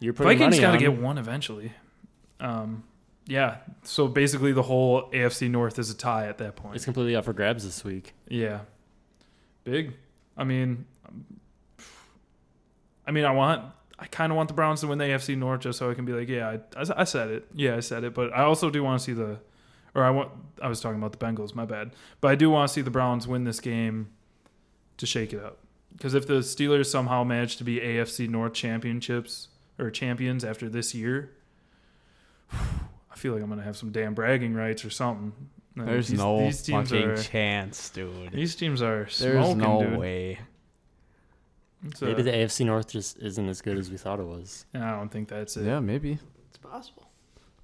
You're putting
Vikings
money
got to
on.
get one eventually. Um, yeah. So basically, the whole AFC North is a tie at that point.
It's completely up for grabs this week.
yeah. Big. I mean, um, I mean, I want. I kind of want the Browns to win the AFC North just so I can be like, yeah, I, I, I said it. Yeah, I said it. But I also do want to see the or I want. I was talking about the Bengals. My bad. But I do want to see the Browns win this game to shake it up. Because if the Steelers somehow manage to be AFC North championships or champions after this year, *sighs* I feel like I'm gonna have some damn bragging rights or something. And
There's
these-
no
these teams
fucking
are
chance, dude.
these teams are
There's
smoking,
no
dude.
way.
It's a-
Maybe the AFC North just isn't as good as we thought it was.
I don't think that's it.
Yeah, maybe
It's possible.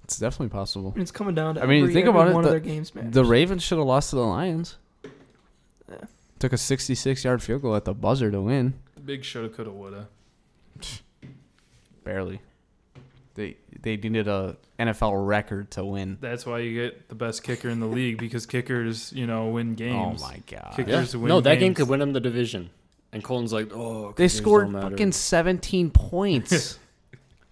it's definitely possible.
I mean, it's coming down to.
I mean,
every-
think
every
about it,
One
the-
of their games matters.
The Ravens should have lost to the Lions.
Yeah.
Took a 66-yard field goal at the buzzer to win.
Big shoulda, coulda, woulda.
Barely. They they needed a NFL record to win.
That's why you get the best kicker in the league because kickers, you know, win games.
Oh my god.
Kick-
Yeah.
Kickers win
No, that game
games.
could win them the division. And Colton's like, oh,
They
kickers
scored
don't matter.
fucking 17
*laughs*
points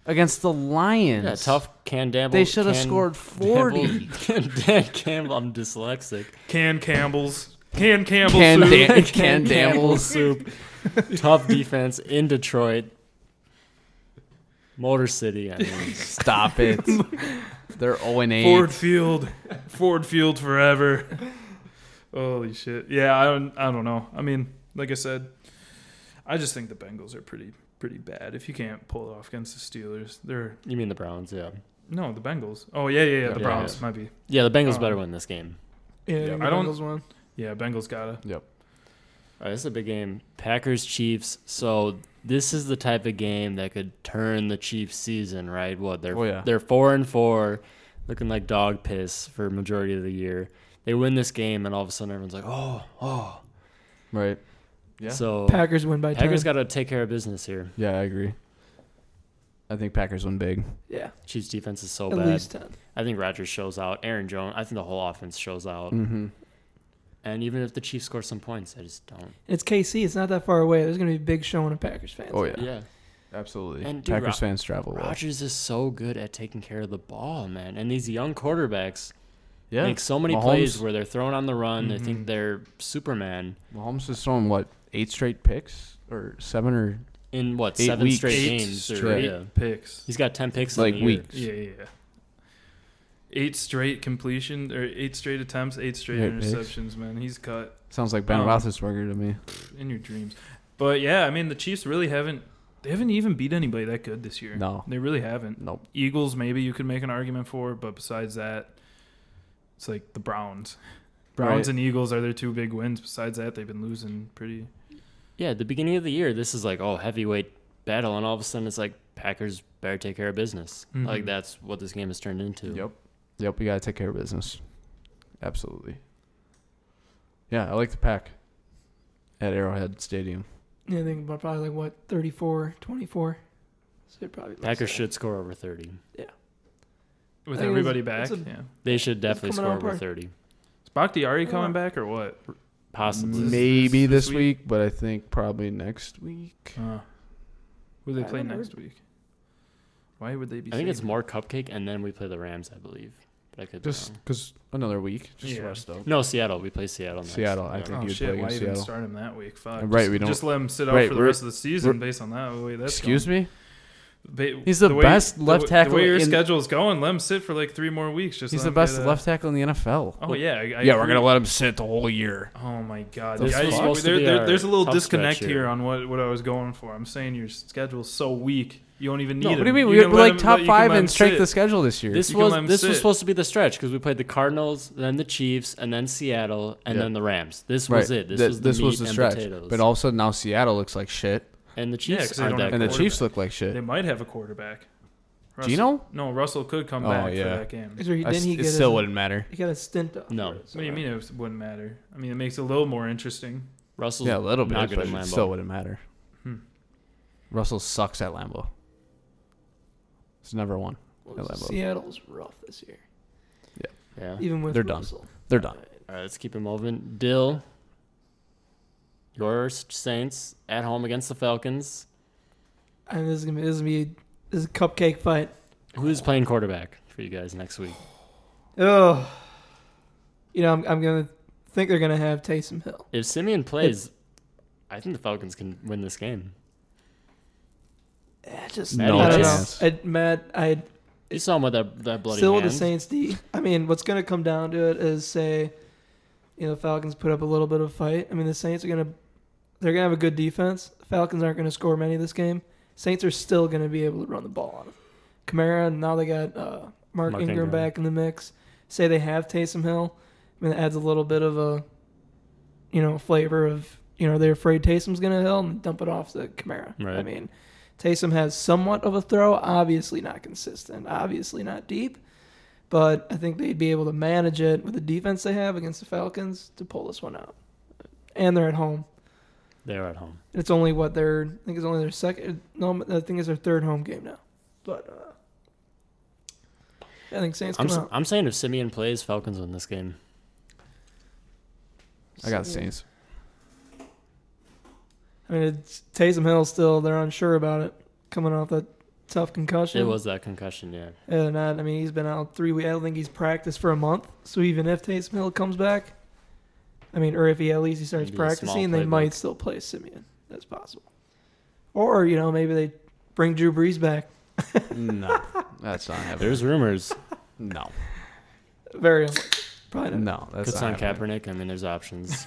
against the Lions.
yeah, tough. Can Campbell.
They should have
Can *laughs*
scored 40.
Campbell- Dan Campbell. I'm dyslexic.
Can Campbell's. Can Campbell
*laughs* Can
soup.
Dan-
Can
Can
Campbell
Campbell *laughs*
soup. Tough defense in Detroit. Motor City. I mean,
Stop *laughs* it. They're 0 and 8.
Ford Field. Ford Field forever. *laughs* Holy shit. Yeah, I don't I don't know. I mean, like I said, I just think the Bengals are pretty pretty bad. If you can't pull it off against the Steelers, they're
you mean the Browns? Yeah.
no, the Bengals. Oh yeah, yeah, yeah. The
Yeah.
Browns might be.
Yeah, the
Uh,
Bengals
Oh.
better win this game.
yeah,
Yeah,
I, think
I
the
don't-
Bengals won.
Yeah, Bengals gotta.
All right, this is a big game. Packers Chiefs. So this is the type of game that could turn the Chiefs' season, right? What they're
Oh, yeah.
they're four and four, looking like dog piss for majority of the year. They win this game, and all of a sudden everyone's like, oh, oh.
Right. Yeah.
So
Packers win by
Packers
10.
got to take care of business here.
Yeah, I agree. I think Packers win big.
yeah,
Chiefs defense is so
at
bad.
least 10.
I think Rodgers shows out. Aaron Jones. I think the whole offense shows out.
Mm.
Mhm.
And even if the Chiefs score some points, I just don't.
It's KC. It's not that far away. There's going to be a big showing of Packers fans.
Oh yeah.
Yeah.
Absolutely.
And, dude,
Packers
Ro-
fans travel well.
Rodgers is so good at taking care of the ball, man. And these young quarterbacks
Yeah.
make so many
Mahomes- Mm-hmm.
plays where they're thrown on the run. They
Mhm.
think they're Superman
Mahomes is throwing what? 8 straight picks or 7 or
in what
Eight
seven
weeks.
straight
Eight
games. or-
straight.
yeah.
Picks.
He's got ten picks
Like
in the year.
weeks.
Yeah, yeah, yeah. Eight straight completion or eight straight attempts, eight straight
Eight picks.
interceptions, man. He's cut
sounds like Ben
Um,
Roethlisberger to me.
in your dreams. But yeah, I mean the Chiefs really haven't they haven't even beat anybody that good this year.
No.
They really haven't.
Nope.
Eagles maybe you could make an argument for, but besides that, it's like the Browns. Browns
Right.
and Eagles are their two big wins. Besides that, they've been losing pretty
Yeah, at the beginning of the year, this is like oh heavyweight battle, and all of a sudden it's like Packers better take care of business.
Mhm.
Like that's what this game has turned into.
Mm-hmm. Yep. Yep, we gotta take care of business. Absolutely. Yeah, I like the pack. At Arrowhead Stadium.
Yeah, I think about probably like what 34, 24. So it probably looks
Packers
like-
should score over thirty.
with
I think
everybody back.
it's- it's
yeah.
They should definitely
coming
score
on
over
par.
thirty,
Is Bakhtiari
Yeah.
coming back or what?
possibly.
This-
Maybe
this-
this,
this
week, but I think probably next week.
Uh, who they
I
play
haven't
next week? Why would they be?
I think it's
saving-
more cupcake, and then we play the Rams, I believe. But I could be
Just
wrong.
because another week, just
Yeah.
rest up.
no Seattle. We play Seattle. Next.
Seattle, I
Yeah.
think.
Oh
you'd play
shit! Why
against
even
Seattle.
start him that week? Fuck.
Right,
Just,
we don't-
Just let him sit out
Right,
for the
we're-
rest of the season
we're-
based on that. Wait, that's
Excuse me.
Ba-
He's the best left
the, way-
tackle
The way your
in-
schedule's going, let him sit for like three more weeks. Just
He's
let
the
him
best
get a-
left tackle in the NFL.
Oh yeah, I, I
yeah, we're
agree.
gonna let him sit the whole year.
Oh my god,
This
guys,
was supposed to
there-
be
there-
our
there's a little
tough
disconnect
stretch
here
here.
on what, what I was going for. I'm saying your schedule's so weak, you don't even need.
No, what do you
him.
mean?
can
We're
let
like
him-
top
you can
five
let him
in strength
sit.
of schedule this year.
This
You can
was
let 'em
this
sit.
was supposed to be the stretch because we played the Cardinals, then the Chiefs, and then Seattle, and
Yeah.
then the Rams. This was it. This
Th-
was the meat and potatoes.
But all of a sudden now Seattle looks like shit,
and the
'cause
Chiefs
they
aren't
don't
that
have
good.
and the
quarterback.
Chiefs look like
They
shit.
might have a quarterback. Russell-
Gino?
No, Russell could come
Oh,
back for
yeah.
that game.
Is there-
I
Didn't
s-
he
it
get
still
his-
wouldn't matter.
He got a stint off.
No.
for it, so
What do you mean it wouldn't matter? I mean, it makes it a little
*laughs*
more interesting.
Russell's
Yeah, a little bit,
not good
but
in Lambeau.
it still wouldn't matter.
Hmm.
Russell sucks at Lambeau. It's never one.
Well,
I love it.
Seattle's rough this year,
yeah.
even with
They're done.
Russell.
They're done.
All right, let's keep it moving. Dill, your Saints at home against the Falcons.
And this is gonna be this is gonna be this is a cupcake fight.
Who's playing quarterback for you guys next week?
Oh, you know I'm, I'm gonna think they're gonna have Taysom Hill.
If Simeon plays, I think the Falcons can win this game.
Eh, just
Matty
I don't
Ice.
know. I, Matt, I
You saw him with that, that bloody
Still with
hand.
the Saints D. I mean, what's going to come down to it is say, you know, the Falcons put up a little bit of a fight. I mean, the Saints are going to they're going to have a good defense. The Falcons aren't going to score many this game. Saints are still going to be able to run the ball on them. Kamara, now they got uh, Mark,
Mark
Ingram,
Ingram.
back in the mix. Say they have Taysom Hill. I mean, it adds a little bit of a, you know, flavor of, you know, they're afraid Taysom's going to Hill and dump it off to Kamara. I
Right.
mean, Taysom has somewhat of a throw, obviously not consistent, obviously not deep, but I think they'd be able to manage it with the defense they have against the Falcons to pull this one out. And they're at home.
They were at home.
It's only what their I think it's only their second. No, I think it's their third home game now. But uh, I think Saints
I'm,
come
s-
out.
I'm saying if Simeon plays, Falcons win this game.
I got the
*laughs*
Saints.
I mean, it's Taysom Hill still. They're unsure about it coming off that tough concussion.
It was that concussion, yeah.
And not, I mean, he's been out three weeks. I don't think he's practiced for a month. So even if Taysom Hill comes back, I mean, or if he at least he starts
It'd be a small
practicing, they
playbook.
might still play Simeon. That's possible. Or you know, maybe they bring Drew Brees back.
no, that's not happening.
There's rumors.
No,
Very unlikely. probably
Mm.
no,
not.
*laughs* that's
It's
not
on
happening.
Kaepernick. I mean, there's options.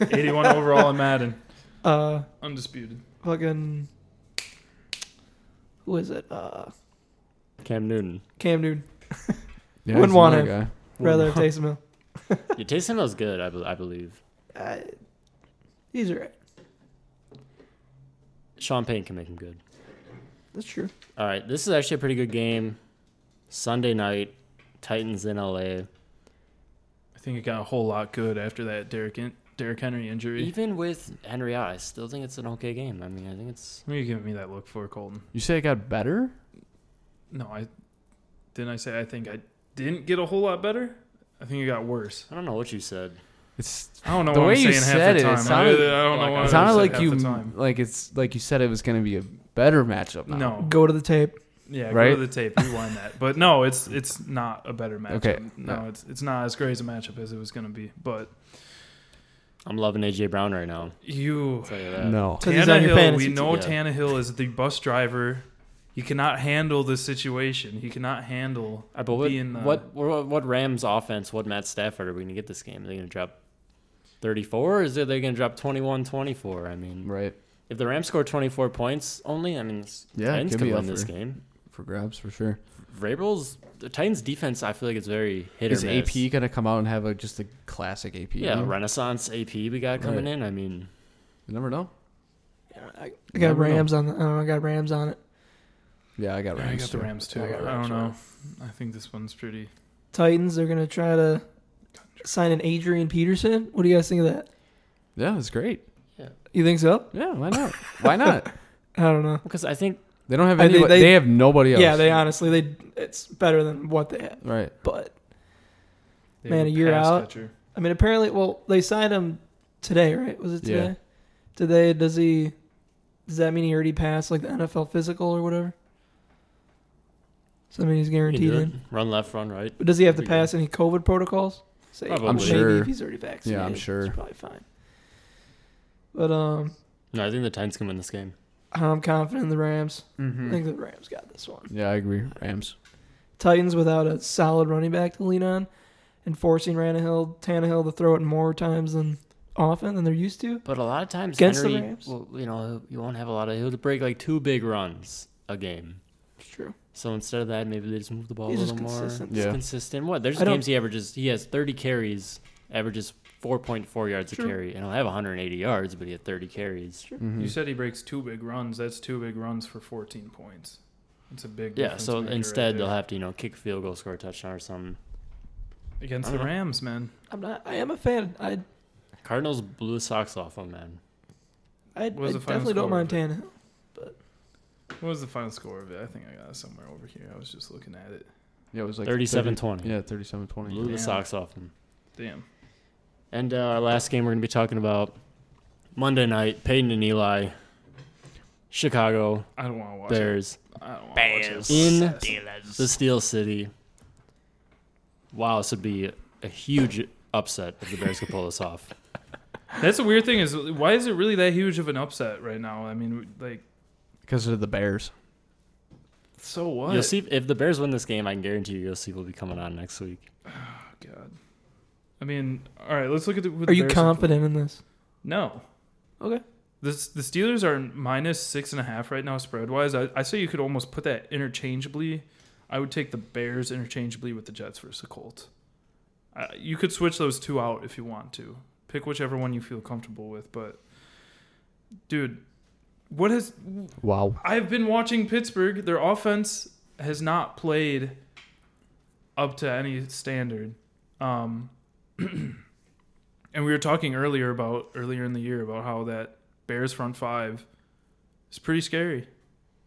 81 overall in Madden,
Uh,
undisputed.
fucking who is it? Uh,
Cam Newton.
Cam Newton.
Yeah,
Wouldn't
he's
want
another guy.
Rather have Taysom Hill.
Yeah, Taysom Hill's good, I, be- I believe.
Uh, he's alright.
Sean Payne can make him good.
That's true.
All right, this is actually a pretty good game. Sunday night, Titans in LA.
I think it got a whole lot good after that Derrick, Hen- Derrick Henry injury.
Even with Henry out, I still think it's an okay game. I mean, I think it's.
What are you giving me that look for, Colton?
You say it got better?
No, I didn't. I say I think I didn't get a whole lot better. I think it got worse.
I don't know what you said.
It's
I don't know
The
what
way
I'm
you
saying half
said
the
it, it
time.
sounded-
I, I don't know
like
what
I
it
I'm
sounded
saying
like
half
you
the time.
like it's like you said it was gonna be a better matchup. Now.
Oh.
No,
Go to the tape.
yeah,
right?
go to the tape, rewind that. But no, it's it's not a better matchup.
Okay,
No,
yeah.
it's it's not as great as a matchup as it was going to be. But
I'm loving AJ Brown right now.
you,
I'll tell you that.
no.
So he's on your
Tannehill, we
fantasy.
know
team. Yeah.
Tannehill is the bus driver. He cannot handle the situation. He cannot handle
All right, but what,
being the
what, what what Rams offense, what Matt Stafford are we going to get this game? Are they going to drop 34 or is it they going to drop 21 24? I mean,
Right
if the Rams score 24 points only, I mean, s-
Yeah,
Titans
give
could
me
win
up
this
for-
game.
for grabs for sure.
Vrabel's, the Titans defense, I feel like it's very hit
Is
or miss.
AP gonna come out and have a just a classic AP?
Yeah,
game?
Renaissance AP we got coming
Right.
in. I mean,
You never know.
I, I got
Never know.
Rams on. The, I don't know. I got Rams on it.
Yeah, I got
Yeah,
Rams.
I got the
too.
Rams too.
I
I,
got Rams,
don't know. I think this one's pretty.
Titans. They're gonna try to sign an Adrian Peterson. What do you guys think of that?
Yeah, it's great.
You think so?
Yeah, why not?
*laughs*
why not?
I don't know.
because I think
They don't have
I think
anybody.
they-
They, have nobody else.
Yeah, they honestly they. It's better than what they have.
right.
But
they
Man,
have
a year
pass
out?
catcher.
I mean, apparently, well, they signed him today, right? Was it
Yeah.
today? Today, does he? Does that mean he already passed like the NFL physical or whatever? So I mean, he's
we can
guaranteed
do it.
in.
run left, run right.
But does he have to
Pretty good.
pass any COVID protocols? Say,
Probably.
I'm
maybe
sure.
if he's already vaccinated.
sure.
It's probably fine. But um,
No, I think the Titans can win this game.
I'm confident in the Rams.
Hmm. Mm-hmm.
I think the Rams got this one.
Yeah, I agree. Rams.
Titans without a solid running back to lean on, and forcing Ranahill, Tannehill to throw it more times than often than they're used to.
But a lot of times,
Against the
Henry,
Rams?
Well, you know, you won't have a lot of. He'll break like two big runs a game.
It's true.
So instead of that, maybe they just move the ball
He's
a
just
little more.
consistent.
Just
Yeah.
consistent. What? There's
I don't-
games he averages. He has 30 carries, averages 4.4 yards
True.
a carry, and he'll have 180 yards, but he had 30 carries.
Mm-hmm. hmm.
You said he breaks two big runs. That's two big runs for 14 points. It's a big
Yeah.
difference
So
maker right
instead, they'll
there.
have to you know kick a field goal, score a touchdown or something.
against
I
the
don't know.
Rams, man.
I'm not. I am a fan. I
Cardinals blew the socks off on man.
I, I
What was the final
definitely don't
score
mind
of it?
Tannehill.
What was the final score of it? I think I got it somewhere over here. I was just looking at it.
Yeah, it was like
37 20.
Yeah, thirty-seven twenty.
Blew the
Yeah.
socks off him.
Damn.
And uh, our last game we're going to be talking about Monday night, Peyton and Eli, Chicago
I don't want to watch it.
Bears
I don't want to watch it.
in the Steel City. Wow, this would be a huge upset if the Bears could pull this
*laughs*
off.
That's the weird thing is why is it really that huge of an upset right now? I mean, like
Because of the Bears.
So what?
You'll see if the Bears win this game. I can guarantee you, you'll see we'll be coming on next week.
Oh, God. I mean, all right. Let's look at the. who the
Are you
Bears-
confident in this?
No.
Okay.
The the Steelers are minus six and a half right now spread wise. I, I say you could almost put that interchangeably. I would take the Bears interchangeably with the Jets versus the Colts. Uh, you could switch those two out if you want to. Pick whichever one you feel comfortable with. But, dude, what has
Wow.
*laughs* I've been watching Pittsburgh. Their offense has not played up to any standard. Um, *clears throat* and we were talking earlier about earlier in the year about how that Bears front five is pretty scary.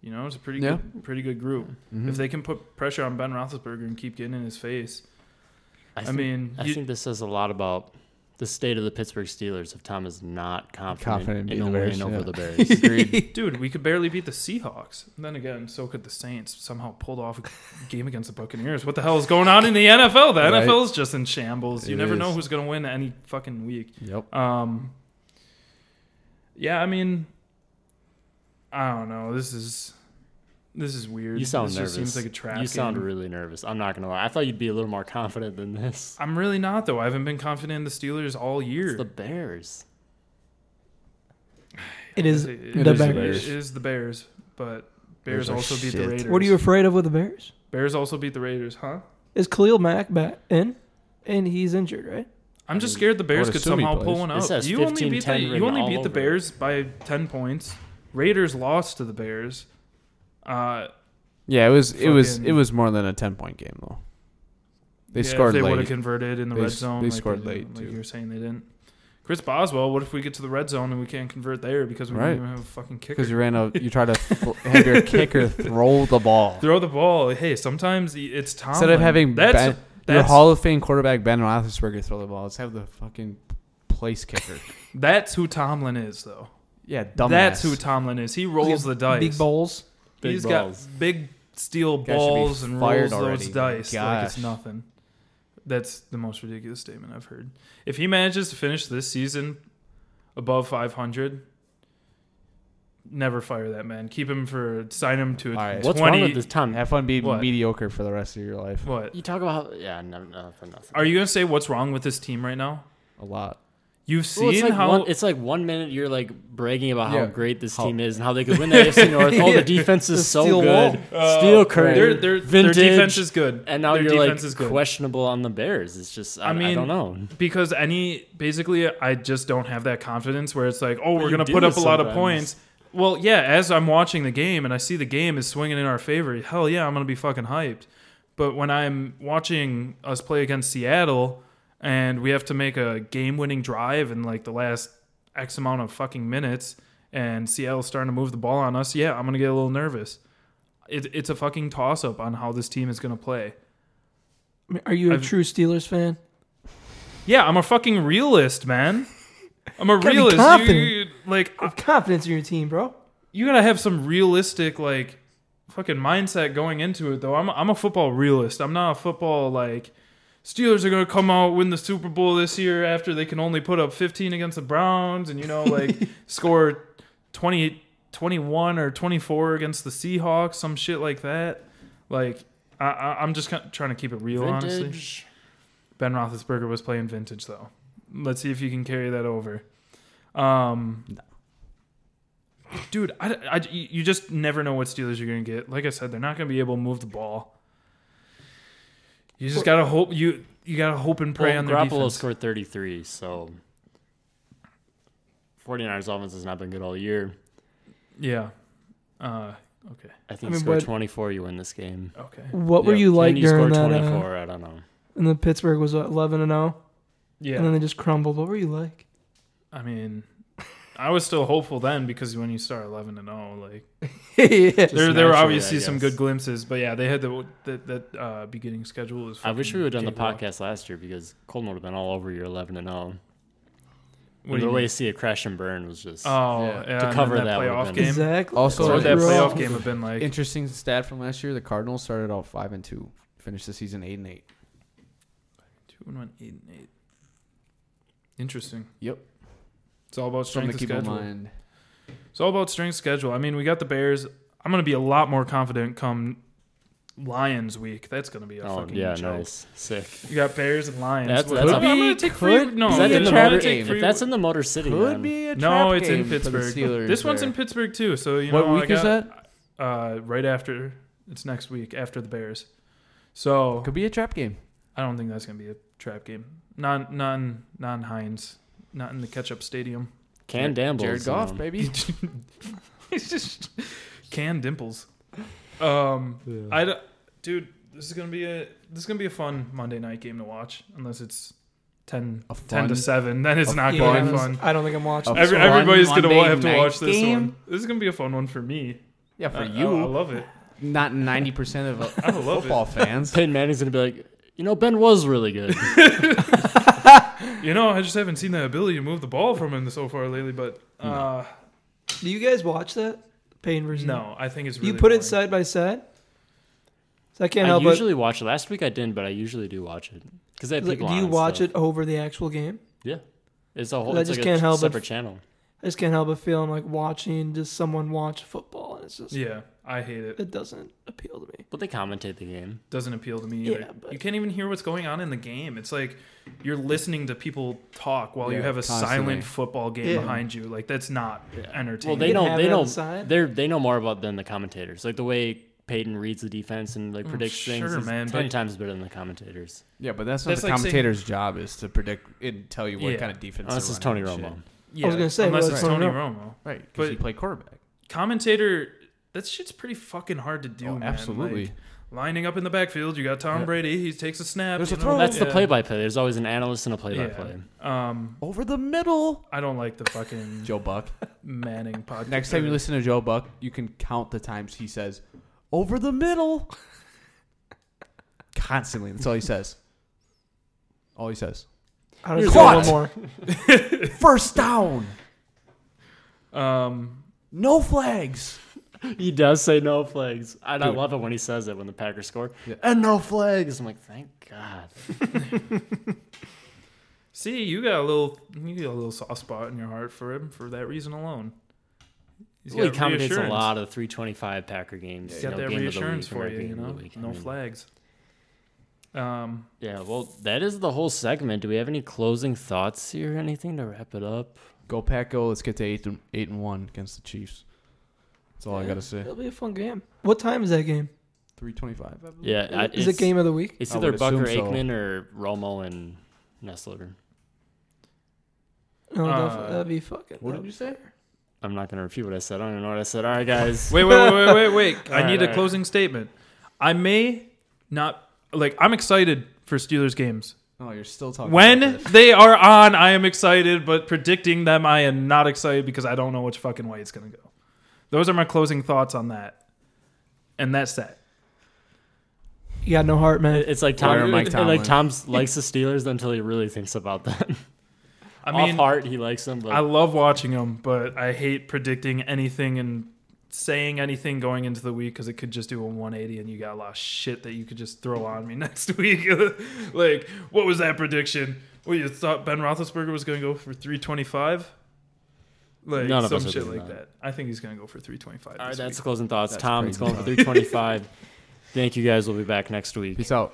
You know, it's a pretty
Yeah.
good, pretty good group.
Mm-hmm.
If they can put pressure on Ben Roethlisberger and keep getting in his face, I,
think-
mean,
I
you-
think this says a lot about the state of the Pittsburg Steelers. If Tom is not confident,
Confident in
in a
the
win
Bears,
over
yeah.
the
*laughs*
Bears,
dude, we could barely beat the Seahawks. And then again, so could the Saints. Somehow pulled off a game against the Buccaneers. What the hell is going on in the NFL? The
Right.
NFL is just in shambles. You
It
never
is.
know who's going to win any fucking week.
Yep.
Um, yeah, I mean, I don't know. This is this is weird.
you sound
this
nervous.
Just seems like a trap.
you sound
game.
really nervous. I'm not gonna lie. I thought you'd be a little more confident than this.
I'm really not though. I haven't been confident in the Steelers all year.
It's the Bears.
It is.
It-
the
it is
Bears.
It is the Bears, but Bears
Bears are
also beat the
shit.
Raiders.
What are you afraid of with the Bears?
Bears also beat the Raiders, huh?
Is Khalil Mack back in? And he's injured, right?
I'm just scared the Bears
would
could
assume he
somehow
plays.
pull one
It
out.
says
You
15,
only beat
10
the you
written
only
all
beat the
over it.
Bears by ten points. Raiders lost to the Bears. Uh,
Yeah, it was it was
Fucking-
it was more than a ten point game though. They
yeah, if
scored
They would have
late.
converted in the
They
red
s-
zone.
they
like
scored
did-
late,
Like
too.
you were saying they didn't. Chris Boswell. What if we get to the red zone and we can't convert there because we
Right.
don't even have a fucking kicker?
Because you ran a you
*laughs*
tried to th- have your kicker throw the ball.
Throw the ball. Hey, sometimes the- it's Tomlin.
Instead of having
that's
Ben, your
that's-
Hall of Fame quarterback Ben Roethlisberger throw the ball, let's have the fucking place kicker.
that's who Tomlin is though.
yeah, dumbass.
That's who Tomlin is. He rolls the dice.
Big bowls.
Big
He's
balls.
got big steel
Guy should be
balls and rolls
fired
those
already.
dice like it's
Gosh.
nothing. That's the most ridiculous statement I've heard. If he manages to finish this season above 500, never fire that man. Keep him for sign him to a
All right.
What's
20.
wrong with this Tom?
Have fun being
What?
mediocre for the rest of your life.
What?
You talk about yeah, no, no, no, nothing.
Are you going to say what's wrong with this team right now?
A lot.
You've
Well,
seen
it's, like
how
one, it's like one minute you're like bragging about how
Yeah.
great this
How-
team is and how they could win the
*laughs*
AFC North. Oh, the defense is
The
so
steel
good.
Uh,
Steel Curry.
their, their, their
vintage.
defense is good.
and now
their
you're like
defense is good.
questionable on the Bears. It's just I,
I
I
mean,
don't know.
because any basically I just don't have that confidence where it's like, oh, we're
you
gonna
do
put up a lot of
sometimes.
points. Well, yeah, as I'm watching the game and I see the game is swinging in our favor, hell yeah, I'm gonna be fucking hyped. But when I'm watching us play against Seattle and we have to make a game-winning drive in like the last X amount of fucking minutes, and Seattle's starting to move the ball on us, yeah, I'm gonna get a little nervous. It, it's a fucking toss-up on how this team is gonna play.
I mean, Are you a
I've-
true Steelers fan?
Yeah, I'm a fucking realist, man. I'm a
Gotta be
realist. You,
confident.
you- like I-
Have confidence in your team, bro.
you gotta have some realistic like fucking mindset going into it though. I'm I'm a football realist. I'm not a football like Steelers are gonna come out win the Super Bowl this year after they can only put up 15 against the Browns and you know
*laughs*
like score 20 21 or 24 against the Seahawks, some shit like that. Like I, I I'm just kind trying to keep it real, honestly.
Vintage.
Ben Roethlisberger was playing vintage though. Let's see if you can carry that over. Um, Dude, I, I, you just never know what Steelers you're going to get. Like I said, they're not going to be able to move the ball. You just got to hope you you got to hope and pray
Well,
on their
Garoppolo
defense.
scored 33, so 49ers offense has not been good all year.
Yeah. Uh, okay.
I think
I mean,
score
but-
24, you win this game.
Okay.
What were
Yeah.
you like
Can
during
score
that? Uh,
24? I don't know.
and then Pittsburgh was what, 11 and 0, and then
Yeah.
they just crumbled. What were you like? *laughs*
I mean, I was still hopeful then because when you start 11 and 0, like
yeah.
Just
there, there were
naturally,
obviously
I
some
guess.
good glimpses, but yeah, they had the that that uh, beginning schedule was.
I wish we
fucking
would have done the
cakewalk.
podcast last year because Colton would have been all over your 11 and 0.
What
And
do
the
you
way
mean?
to see it crash and burn was just.
Oh,
Yeah.
yeah.
To
and then
cover
that,
that would've
playoff
been-
game.
Exactly.
Also,
What would
Sorry,
that
bro.
playoff game have been like?
interesting stat from last year: the Cardinals started out five and two, finished the season eight and eight.
Two and one, eight and eight. Interesting.
Yep,
It's all about
something
strength
to
of
keep
schedule.
in mind.
It's all about strength of schedule. I mean, we got the Bears. I'm going to be a lot more confident come Lions week. That's going to be a
Oh
fucking
yeah,
joke.
nice, sick.
You got Bears and Lions.
That's-
What-
that's
I'm
a-
going to take free.
Could
No,
be
Is that
a
in the
I'm
trap
gonna
Motor?
take
game.
free-
If that's in the Motor City,
Could
then-
be a
no,
trap
it's in
game for the
Pittsburgh.
Steelers
This one's
there.
in Pittsburgh too. So you
What
know, I
week is
got- Uh, right after. It's next week after the Bears. So
Could be a trap game.
I don't think that's gonna be a trap game. Non non non Hines. Not in the catch up
*laughs*
stadium.
Can Damble.
Jared Goff, baby.
It's just can dimples. Um I don't, dude, this is gonna be a this is gonna be a fun Monday night game to watch, unless it's 10,
A
10 to
fun-
seven. Then it's
a
not
Yeah,
gonna
I
be
was-
fun.
I don't think I'm watching.
A
Every,
fun
everybody's gonna
Monday
have to
night
watch this
game?
one. This is gonna be a fun one for me.
Yeah, for
I- I-
you.
I, love it.
Not ninety percent of
*laughs* I love *laughs*
football fans.
Peyton Manning's gonna be like, you know, Ben was really good.
it. You know, I just haven't seen the ability to move the ball from him so far lately. But uh,
Do you guys watch that? Payne versus
no, I think it's
Do
really
you put it
boring.
side by side? So I *laughs* can't
I
help
usually watch it. Last week I didn't, but I usually do watch it because they have
but like,
people
do
on
you
and
watch
stuff.
it over the actual game?
Yeah, it's a whole.
I
it's
just
like
can't
a
help but-
separate channel.
I just can't help but feeling like watching just someone watch football, and it's just
Yeah, I hate it.
it doesn't appeal to me.
But they commentate the game.
Doesn't appeal to me
Yeah,
either.
but-
You can't even hear what's going on in the game. It's like you're listening to people talk while you
Yeah,
have a
constantly.
silent football game
Yeah.
behind you. Like that's not
Well,
entertaining.
they
You can
don't.
have
They
it on
don't.
the side?
They're they know more about than the commentators. Like the way Peyton reads the defense and like predicts things.
sure,
is
man,
ten
but-
times better than the commentators.
Yeah, but that's not
That's
the
like saying-
commentator's job is to predict and tell you what
Yeah.
kind of defense.
Unless
they're
it's Tony
running and
Romo.
shit.
Yeah,
was gonna say,
unless
well,
it's
that's
Tony
what
Romo.
right? Because
But-
he played quarterback.
Commentator, that shit's pretty fucking hard to do.
Oh,
man.
absolutely.
Like, lining up in the backfield, you got Tom
Yeah.
Brady. He takes a snap.
There's
you
a
know,
throw.
That's the
Oh, yeah.
play-by-play. There's always an analyst and a play-by-play.
Yeah. Um,
Over the middle,
I don't like the fucking
*laughs*
*laughs*
Joe Buck.
Manning podcast.
Next time you listen to Joe Buck, you can count the times he says "over the middle" constantly. That's all he says. All he
*laughs*
says.
I
Here's
don't know one
what?
more.
First down.
um,
No flags.
*laughs* He does say no flags, and I
Dude.
love it when he says it when the Packers score.
Yeah.
And no flags. I'm like, thank God.
see, you got a little, you got a little soft spot in your heart for him for that reason alone. He's
Well, he
got
commentates a
reassurance.
lot of the 325 Packer games.
He's
you
got
know,
that
game of the
reassurance
week, or
for you,
game
you
of the
know.
week. I
No
mean,
flags. Um,
Yeah, well, that is the whole segment. Do we have any closing thoughts here? Anything to wrap it up?
Go pack, go. Let's get to eight and eight and one against the Chiefs. That's all I gotta say.
It'll be a fun game. What time is that game?
Three twenty-five.
Yeah, I-
is
it's,
it game of the week?
It's
I
either
would
Buck or
assume so.
Aikman or Romo and Nestler.
No,
Uh,
definitely. Oh, that'd be fucking.
What
that'd
did you
be
say?
I'm not gonna repeat what I said. I don't even know what I said. All right, guys.
*laughs* *laughs* wait, wait, wait, wait, wait, wait. *laughs* I
All
need
right, all
a
right.
closing statement. I may not like. I'm excited for Steelers games.
Oh, you're still talking.
When
about this.
they are on, I am excited, but predicting them, I am not excited because I don't know which fucking way it's gonna go. Those are my closing thoughts on that, and that's that.
You got no heart, man.
It's like Tom.
Fire Mike
it-
Tomlin.
like Tom's likes the Steelers until he really thinks about them.
I
*laughs* Off
mean,
heart, he likes them, but
I love watching them, but I hate predicting anything and saying anything going into the week because it could just do a 180 and you got a lot of shit that you could just throw on me *laughs* next week. like, what was that prediction? Well, you thought Ben Roethlisberger was going to go for 325? Like,
None of
some
us are
shit
doing
like that.
that.
I think he's going to go for 325.
all right,
this
that's
week.
closing thoughts.
That's
Tom, it's
crazy
going for 325. Thank you guys. We'll be back next week.
Peace out.